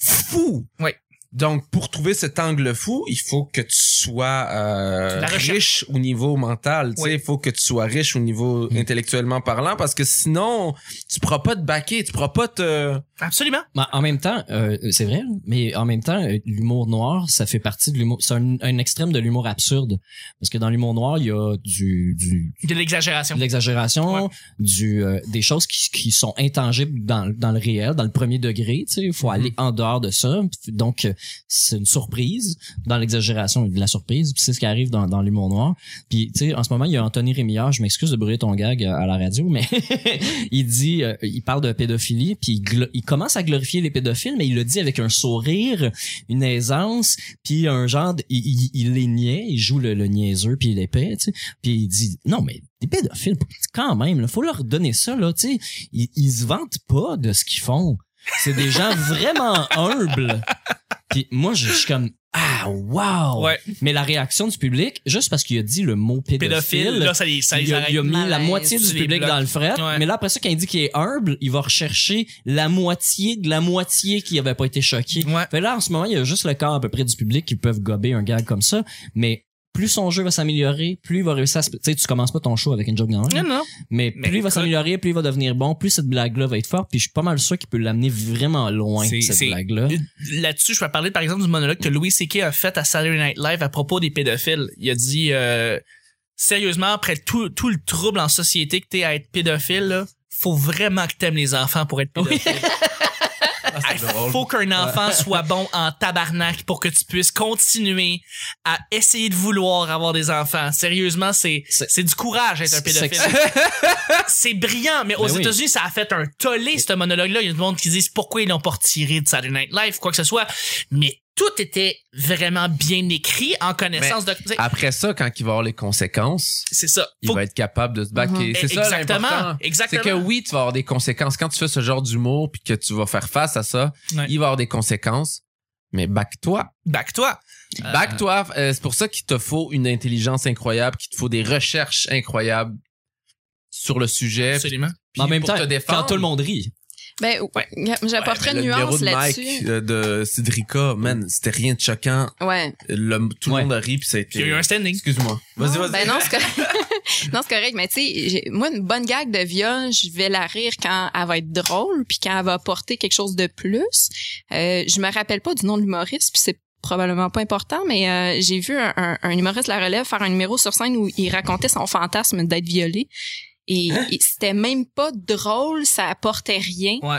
S4: fou.
S1: Oui.
S4: Donc pour trouver cet angle fou, il faut que tu sois euh,
S1: La recherche.
S4: riche au niveau mental, tu sais,
S1: Oui.
S4: il faut que tu sois riche au niveau
S2: Mm.
S4: intellectuellement parlant parce que sinon tu pourras pas te baquer, tu pourras pas te
S1: Absolument.
S2: Mais en même temps, euh, c'est vrai, mais en même temps, euh, l'humour noir, ça fait partie de l'humour. C'est un, un extrême de l'humour absurde. Parce que dans l'humour noir, il y a du, du
S1: De l'exagération.
S2: de l'exagération, du euh, des choses qui, qui sont intangibles dans, dans le réel, dans le premier degré. Tu sais, il faut aller en dehors de ça. Donc, euh, c'est une surprise dans l'exagération et de la surprise. Puis c'est ce qui arrive dans, dans l'humour noir. Puis, tu sais, en ce moment, il y a Anthony Rémillard. Je m'excuse de brûler ton gag euh, à la radio, mais [laughs] il dit, euh, il parle de pédophilie, puis il, glo- il commence à glorifier les pédophiles, mais il le dit avec un sourire, une aisance, puis un genre, de- il, il- il les niait, il joue le, le niaiseux, puis il est épais, tu sais. Puis il dit, non, mais des pédophiles, quand même, là, faut leur donner ça, là, tu sais. Ils, ils se vantent pas de ce qu'ils font. C'est
S1: [laughs]
S2: des gens vraiment humbles. Puis moi, je suis comme, ah, wow!
S1: Ouais.
S2: Mais la réaction du public, juste parce qu'il a dit le mot pédophile,
S1: Pédophile. Là, ça les, ça les
S2: il, a,
S1: arrête.
S2: il a mis la
S3: Malaise.
S2: moitié du
S1: Tu les
S2: public
S1: bloques.
S2: dans le fret.
S1: Ouais.
S2: Mais là, après ça, quand il dit qu'il est humble, il va rechercher la moitié de la moitié qui avait pas été choquée.
S1: Ouais.
S2: Fait là, en ce moment, il y a juste le quart à peu près du public qui peuvent gober un gag comme ça. Mais plus son jeu va s'améliorer, plus il va réussir à se... Tu sais, tu commences pas ton show avec une joke dans le
S1: Non, non.
S2: mais
S1: Mais
S2: plus il va
S1: écoute-
S2: s'améliorer, plus il va devenir bon, plus cette blague-là va être forte. Puis je suis pas mal sûr qu'il peut l'amener vraiment loin,
S1: C'est-
S2: cette
S1: c'est-
S2: blague-là. [laughs]
S1: Là-dessus, je vais parler par exemple du monologue que Louis C.K. a fait à Saturday Night Live à propos des pédophiles. Il a dit euh, sérieusement, après tout, tout le trouble en société que t'es à être pédophile, là, faut vraiment que t'aimes les enfants pour être pédophile. Il faut qu'un enfant soit bon en tabarnak pour que tu puisses continuer à essayer de vouloir avoir des enfants. Sérieusement, c'est
S2: C'est-
S1: c'est du courage être un
S2: C'est-
S1: pédophile. [laughs] C'est brillant, mais aux
S2: Ben oui.
S1: États-Unis, ça a fait un tollé ce monologue-là. Il y a du monde qui disent pourquoi ils l'ont pas retiré de Saturday Night Live, quoi que ce soit. Mais tout était vraiment bien écrit en connaissance de. c'est-
S4: après ça quand il va avoir les conséquences,
S1: C'est ça.
S4: il
S1: Faut-
S4: va être capable de se baquer.
S2: Mhm.
S1: Eh,
S4: C'est ça
S1: exactement.
S4: l'important. C'est
S1: Exactement.
S4: que oui, tu vas avoir des conséquences. Quand tu fais ce genre d'humour puis que tu vas faire face à ça,
S1: Ouais.
S4: il va avoir des conséquences. mais back-toi.
S1: Back toi.
S4: Back toi, euh, c'est pour ça qu'il te faut une intelligence incroyable, qu'il te faut des recherches incroyables sur le sujet.
S1: Absolument.
S4: Puis
S2: en même
S4: pour
S2: temps,
S4: te défendre,
S2: quand tout le monde rit.
S3: Ben, ouais. J'apporterais
S4: Ouais, mais
S3: une
S4: le numéro
S3: nuance
S4: de
S3: là-dessus.
S4: Mike, euh, de Cédrica, man, c'était rien de choquant.
S3: Ouais.
S4: Le- tout
S2: Ouais.
S4: le monde a ri, puis ça a
S1: Puis il y a eu
S4: été...
S1: un standing.
S4: Excuse-moi. Vas-y, vas-y.
S3: Ben non, c'est correct. [laughs] non, c'est correct. Mais tu sais, j'ai- moi, une bonne gag de viol, je vais la rire quand elle va être drôle, puis quand elle va apporter quelque chose de plus. Euh, je me rappelle pas du nom de l'humoriste, puis c'est probablement pas important, mais euh, j'ai vu un, un- un humoriste de la relève faire un numéro sur scène où il racontait son fantasme d'être violé. Et,
S4: Hein?
S3: et c'était même pas drôle, ça apportait rien.
S1: Ouais.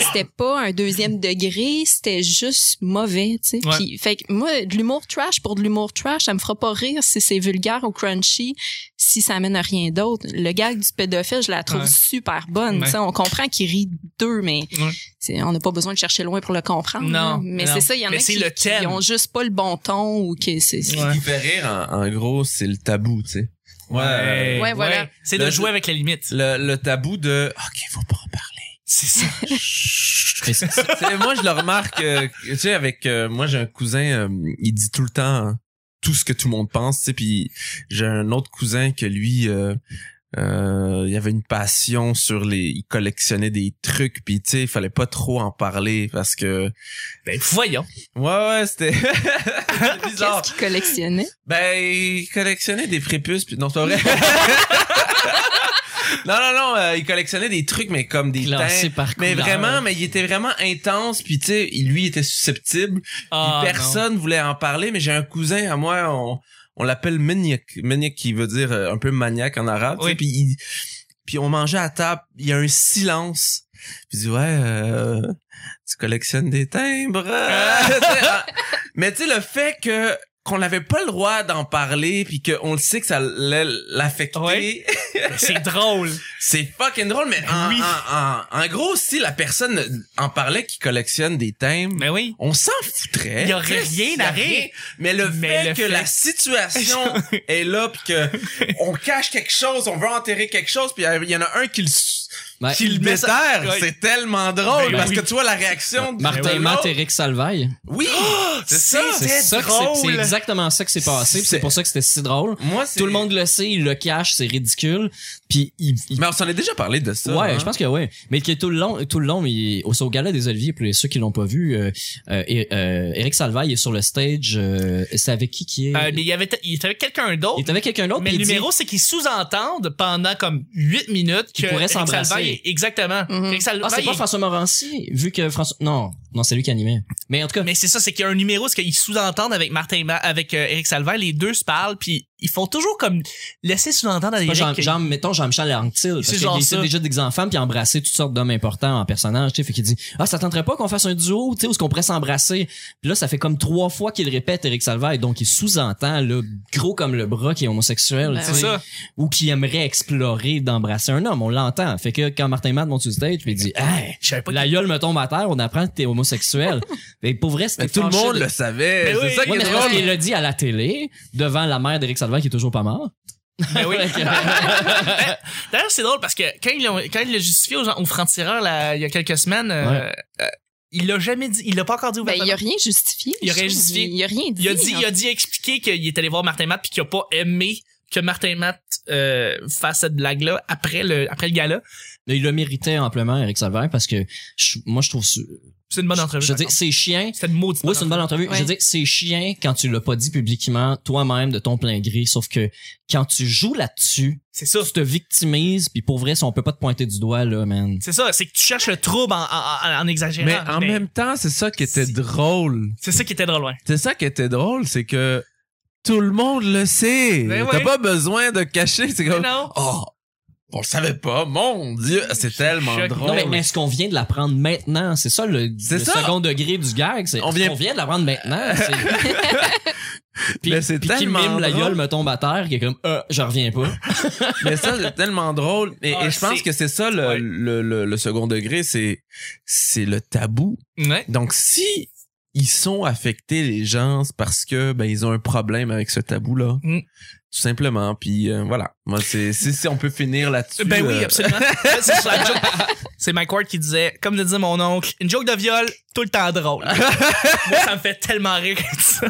S3: C'était pas un deuxième degré, c'était juste mauvais, tu sais.
S1: Ouais.
S3: Puis, fait que moi, de l'humour trash pour de l'humour trash, ça me fera pas rire si c'est vulgaire ou crunchy, si ça amène à rien d'autre. Le gag du pédophile, je la trouve
S1: Ouais.
S3: super bonne,
S1: Ouais.
S3: tu sais. On comprend qu'il rit d'eux, mais
S1: Ouais.
S3: c'est- on n'a pas besoin de chercher loin pour le comprendre.
S1: Non,
S3: là. Mais
S1: non.
S3: c'est ça, il y en
S1: Mais
S3: a
S1: c'est
S3: qui,
S1: le
S3: qui
S1: thème.
S3: ont juste pas le bon ton ou qui, c'est, c'est-
S4: Ce qui fait rire, en, en gros, c'est le tabou, tu sais.
S1: Ouais,
S3: Ouais, voilà.
S1: C'est de
S4: Le-
S1: jouer avec les limites.
S4: Le, le tabou de... OK, faut pas en parler.
S1: C'est
S3: [laughs]
S1: ça.
S2: Mais c'est- c'est-
S4: [laughs] Tu sais, moi, je le remarque, euh, tu sais, avec... euh, moi, j'ai un cousin, euh, il dit tout le temps hein, tout ce que tout le monde pense, tu sais, puis j'ai un autre cousin que lui... euh, euh, il avait une passion sur les il collectionnait des trucs puis tu sais il fallait pas trop en parler parce que
S1: Ben, voyons.
S4: ouais ouais c'était [laughs] c'était bizarre
S3: qu'est-ce qu'il collectionnait.
S4: Ben, il collectionnait des prépuces, puis non, c'est pas vrai. [laughs] non, non, non, euh, il collectionnait des trucs, mais comme des
S2: classé
S4: teintes.
S2: par
S4: Mais
S2: couleur.
S4: vraiment, mais il était vraiment intense, puis tu sais, il- lui il était susceptible, puis
S1: Ah,
S4: personne voulait en parler, mais j'ai un cousin à moi, on, on l'appelle maniac, maniac qui veut dire euh, un peu maniaque en arabe, tu sais,
S1: Oui.
S4: puis il- puis on mangeait à table, il y a un silence. Puis il dit ouais, euh, tu collectionnes des
S1: [laughs]
S4: timbres. Tu sais, en- mais tu sais le fait que qu'on n'avait pas le droit d'en parler puis qu'on le sait que ça allait l'affecter,
S1: Ouais. non. Ben, C'est drôle.
S4: [laughs] c'est fucking drôle. Mais en,
S1: Oui.
S4: en- en- en gros, si la personne en parlait qui collectionne des timbres,
S1: Ben oui.
S4: on s'en foutrait.
S1: Il y aurait
S4: Tu sais,
S1: rien
S4: il y a
S1: à rire.
S4: Mais le
S1: Mais
S4: fait
S1: le
S4: que
S1: fait- [laughs]
S4: la situation est là puis que on cache quelque chose, on veut enterrer quelque chose puis il y en a un qui le s-
S2: Ouais.
S4: qui le
S1: Mais ça-
S4: déterre,
S1: ouais.
S4: c'est tellement drôle
S1: Ben
S4: parce
S1: oui.
S4: que tu vois la réaction de
S2: Martin
S4: de
S2: Matt,
S4: l'autre.
S2: Eric Salvaille.
S4: Oui,
S1: Oh,
S4: Ah, c'est ça.
S2: C'est ça que c'est- c'est exactement ça que c'est passé. puis C'est
S4: C'est-
S2: pour ça que c'était si drôle.
S4: Moi, c'est-
S2: Tout le monde le sait, il le cache, c'est ridicule. Puis il, il-
S4: Mais on s'en est déjà parlé de ça.
S2: ouais,
S4: hein.
S2: je pense que ouais. Mais que tout le long, tout le long, il, au, au gala des Oliviers, pour les- ceux qui l'ont pas vu, euh, euh, et- euh, Eric Salvaille est sur le stage. euh, c'est avec qui qui est
S1: Euh, mais il y avait, il était avec quelqu'un
S2: Il est
S1: d'autre.
S2: avec quelqu'un d'autre.
S1: Mais
S2: puis
S1: le
S2: il dit-
S1: numéro, c'est qu'ils sous-entendent pendant comme 8 minutes
S2: Qu'ils
S1: que
S2: pourraient
S1: Eric
S2: s'embrasser.
S1: Salvaille- Exactement.
S3: Mhm.
S1: Eric Salvaille
S2: Ah, c'est pas
S1: est-
S2: François Morancy, vu que François. Non, non, c'est lui qui animait. Mais en tout cas,
S1: Mais c'est ça, c'est qu'il y a un numéro, c'est qu'ils sous-entendent avec Martin, Ma- avec euh, Eric Salvaire, les deux se parlent, puis ils font toujours comme laisser sous-entendre à
S2: pas
S1: Eric.
S2: Jean,
S1: que-
S2: Jean- mettons Jean-Michel Lanctil, parce
S1: C'est
S2: qu'il
S1: genre
S2: essaie
S1: ça.
S2: déjà des enfants puis embrasser toutes sortes d'hommes importants en personnage, tu sais, fait qu'il dit ah ça tenterait pas qu'on fasse un duo, tu sais, où ce qu'on pourrait s'embrasser. Puis là ça fait comme trois fois qu'il répète Eric Salvaire, donc il sous-entend le gros comme le bras qui est homosexuel,
S3: Ben
S2: tu
S1: c'est
S2: sais,
S1: ça.
S2: ou qui aimerait explorer d'embrasser un homme, on l'entend. Fait que quand Martin Matt monte sur le stage, puis il dit hey,
S1: Je savais pas
S2: la gueule me tombe à terre, on apprend que t'es homosexuel.
S1: [laughs]
S2: Mais pour vrai c'était
S4: Mais tout le
S2: fâché
S4: monde
S2: de-
S4: le savait.
S1: Mais Ben
S4: C'est
S1: oui.
S4: ça qui
S2: Ouais, mais
S4: est
S2: c'est parce
S4: drôle.
S2: qu'il l'a dit à la télé, devant la mère d'Éric Salvaire qui est toujours pas mort.
S1: Ben oui.
S2: [laughs] Fait que-
S1: D'ailleurs, c'est drôle parce que quand il l'a quand il l'a justifié aux, gens- aux francs-tireurs là, il y a quelques semaines, euh, euh, il l'a jamais dit, il l'a pas encore dit
S3: Ben,
S1: ouvertement.
S3: il a rien justifié.
S1: Il a
S3: je
S1: rien
S3: trouve.
S1: justifié.
S3: Il a rien dit.
S1: il a dit,
S3: en
S1: il a dit expliquer qu'il est allé voir Martin Matt puis qu'il a pas aimé que Martin Matt euh, fasse cette blague-là après le, après le gala.
S2: Mais il le méritait amplement, Eric Salvaire, parce que je- moi, je trouve. ce-
S1: C'est une bonne entrevue.
S2: Je
S1: par
S2: veux dire,
S1: contre.
S2: c'est chiant.
S1: c'était une maudite.
S2: Oui, c'est une bonne entrevue.
S3: Ouais.
S2: Je veux dire, c'est chiant quand tu l'as pas dit publiquement, toi-même, de ton plein gré. Sauf que quand tu joues là-dessus,
S1: C'est ça.
S2: tu te victimises, puis pour vrai, si on peut pas te pointer du doigt, là, man.
S1: C'est ça, c'est que tu cherches le trouble en, en, en- en exagérant.
S4: Mais en même temps, c'est ça qui était
S1: Si.
S4: drôle.
S1: C'est ça qui était drôle, ouais.
S4: C'est ça qui était drôle, c'est que tout le monde le sait.
S1: Ben
S4: T'as
S1: oui.
S4: pas besoin de cacher. C'est
S1: Mais
S4: comme
S1: non.
S4: oh, on le savait pas. Mon Dieu, c'est tellement
S1: Choc.
S4: drôle.
S2: Non, mais est-ce qu'on vient de l'apprendre maintenant? C'est ça le,
S4: C'est
S2: le
S4: ça.
S2: second degré du gag. C'est,
S4: On
S2: on,
S4: vient-
S2: vient... on vient de l'apprendre maintenant. c'est- puis
S4: Mais c'est
S2: puis qui
S4: tellement
S2: mime la
S4: drôle.
S2: gueule me tombe à terre, qui est comme, euh, je reviens pas.
S4: Mais ça, c'est tellement drôle. Et,
S1: Ah,
S4: et je pense
S1: c'est-
S4: que c'est ça le,
S1: Ouais.
S4: le, le, le second degré, c'est c'est le tabou.
S1: Ouais.
S4: Donc si ils sont affectés les gens c'est parce que ben ils ont un problème avec ce tabou là.
S1: Mm.
S4: Tout simplement. Puis euh, voilà. Moi, c'est si, si on peut finir là-dessus.
S1: Ben oui,
S4: euh, [laughs]
S1: absolument. C'est sur la joke. C'est Mike Ward qui disait, comme le disait mon oncle, une joke de viol, tout le temps
S4: [laughs]
S1: drôle. Moi, ça me fait tellement rire comme ça.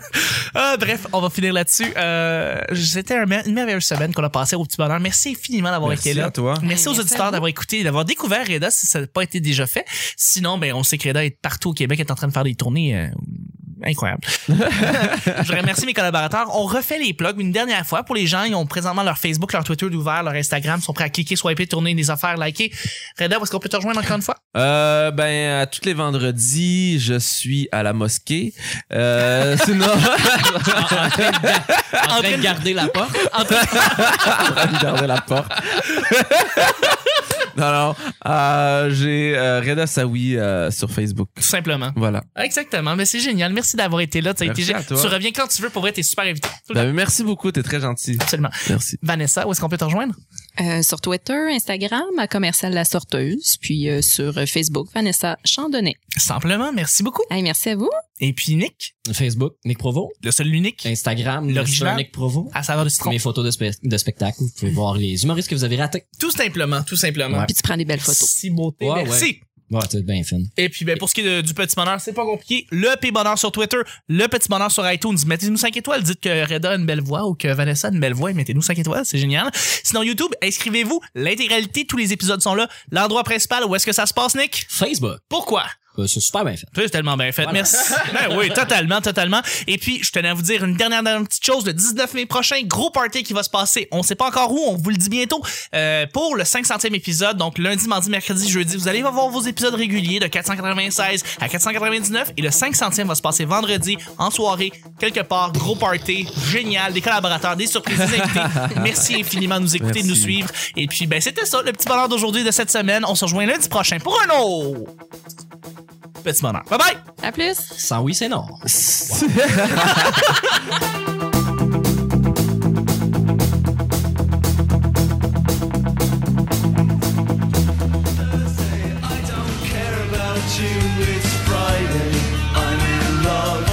S1: Ah, bref, on va finir là-dessus. Euh, C'était un mer- une merveilleuse semaine qu'on a passée au petit bonheur. Merci infiniment d'avoir été
S4: Merci
S1: là.
S4: à toi.
S1: Merci aux
S3: Merci à
S1: auditeurs
S3: vous.
S1: d'avoir écouté et d'avoir découvert Reda si ça n'a pas été déjà fait. Sinon, ben, on sait que Reda est partout au Québec, est en train de faire des tournées euh,
S4: [laughs]
S1: incroyables. Je remercie mes collaborateurs. On refait les plugs une dernière fois pour les gens. Ils ont présentement leur Facebook, leur Twitter d'ouvert, leur Instagram. Ils sont prêts à cliquer, swiper, tourner des affaires, liker. Reda, où est-ce qu'on peut te rejoindre encore une fois?
S4: Euh, ben, à tous les vendredis, je suis à la mosquée. Euh, [laughs] sinon,
S2: En train de garder la porte.
S4: Regardez la porte. non, non. Euh, j'ai euh, Reda Sawi euh, sur Facebook.
S1: Tout simplement.
S4: Voilà.
S1: Exactement. Mais c'est génial. Merci d'avoir été là. T'as
S4: Merci
S1: été-
S4: à toi.
S1: Tu reviens quand tu veux. Pour vrai, t'es super invité. Tout le temps.
S4: Ben, merci beaucoup, t'es très gentil.
S1: Absolument.
S4: Merci.
S1: Vanessa, où est-ce qu'on peut te rejoindre?
S3: Euh, sur Twitter, Instagram, à Commercial La Sorteuse, puis euh, sur euh, Facebook, Vanessa Chandonnet.
S1: Simplement. Merci beaucoup.
S3: Hey, merci à vous.
S1: Et puis Nick,
S2: Facebook, Nick Provo.
S1: le seul unique,
S2: Instagram,
S1: L'original.
S2: Mr. Nick Provo.
S1: à savoir le citron.
S2: Mes photos de, spe- de spectacle. Vous pouvez voir les humoristes que vous avez ratés.
S1: Tout simplement, tout simplement.
S2: Ouais.
S3: Puis tu prends des belles photos.
S1: Si beauté,
S2: Ouais,
S1: merci.
S2: Ouais, c'est bien fun.
S1: Et puis ben, pour ce qui est de- du petit bonheur, c'est pas compliqué. Le P bonheur sur Twitter, le petit bonheur sur iTunes. Mettez-nous 5 étoiles, dites que Reda a une belle voix ou que Vanessa a une belle voix et mettez-nous 5 étoiles, c'est génial. Sinon YouTube, inscrivez-vous, l'intégralité, tous les épisodes sont là. L'endroit principal où est-ce que ça se passe, Nick
S2: Facebook.
S1: Pourquoi
S2: Euh, C'est super bien fait.
S1: c'est tellement bien fait.
S2: Voilà.
S1: Merci. Ben oui, totalement, totalement. Et puis, je tenais à vous dire une dernière, dernière petite chose. Le 19 mai prochain, gros party qui va se passer. On sait pas encore où, on vous le dit bientôt. Euh, pour le 500e épisode, donc lundi, mardi, mercredi, jeudi, vous allez avoir vos épisodes réguliers de 496 à 499. Et le 500e va se passer vendredi, en soirée, quelque part. Gros party, génial. Des collaborateurs, des surprises, des invités. Merci infiniment de nous écouter, de nous
S4: Merci.
S1: suivre. Et puis, ben, c'était ça, le petit bonheur d'aujourd'hui, de cette semaine. On se rejoint lundi prochain pour un autre petit bonheur. Bye bye!
S3: À plus!
S2: Sans oui, c'est non.
S5: I don't care about you, it's Friday, I'm in love.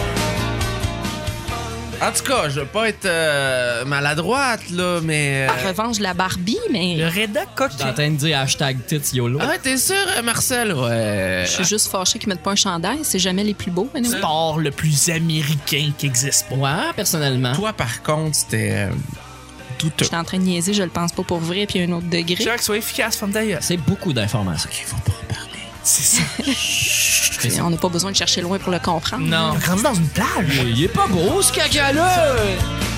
S4: En tout cas, je veux pas être euh, maladroite, là, mais. euh,
S3: En revanche, la Barbie, mais
S1: Le Reda
S2: T'es en
S1: coquin.
S2: train de dire hashtag tits YOLO.
S4: Ouais, t'es sûr, euh, Marcel? Ouais.
S3: je suis juste fâchée qu'ils mettent pas un chandail. C'est jamais les plus beaux. anyway.
S1: Sport le plus américain qui existe. Bon,
S2: Ouais, personnellement.
S4: Toi, par contre, c'était. euh, douteux.
S3: J'étais en train de niaiser, je le pense pas pour vrai, puis un autre degré.
S1: Jacques, sois efficace, femme d'ailleurs.
S2: C'est beaucoup d'informations.
S1: C'est ça.
S3: Puis On n'a pas besoin de chercher loin pour le comprendre.
S1: Non. On a grandi dans une plage.
S2: Il est pas beau, ce caca-là!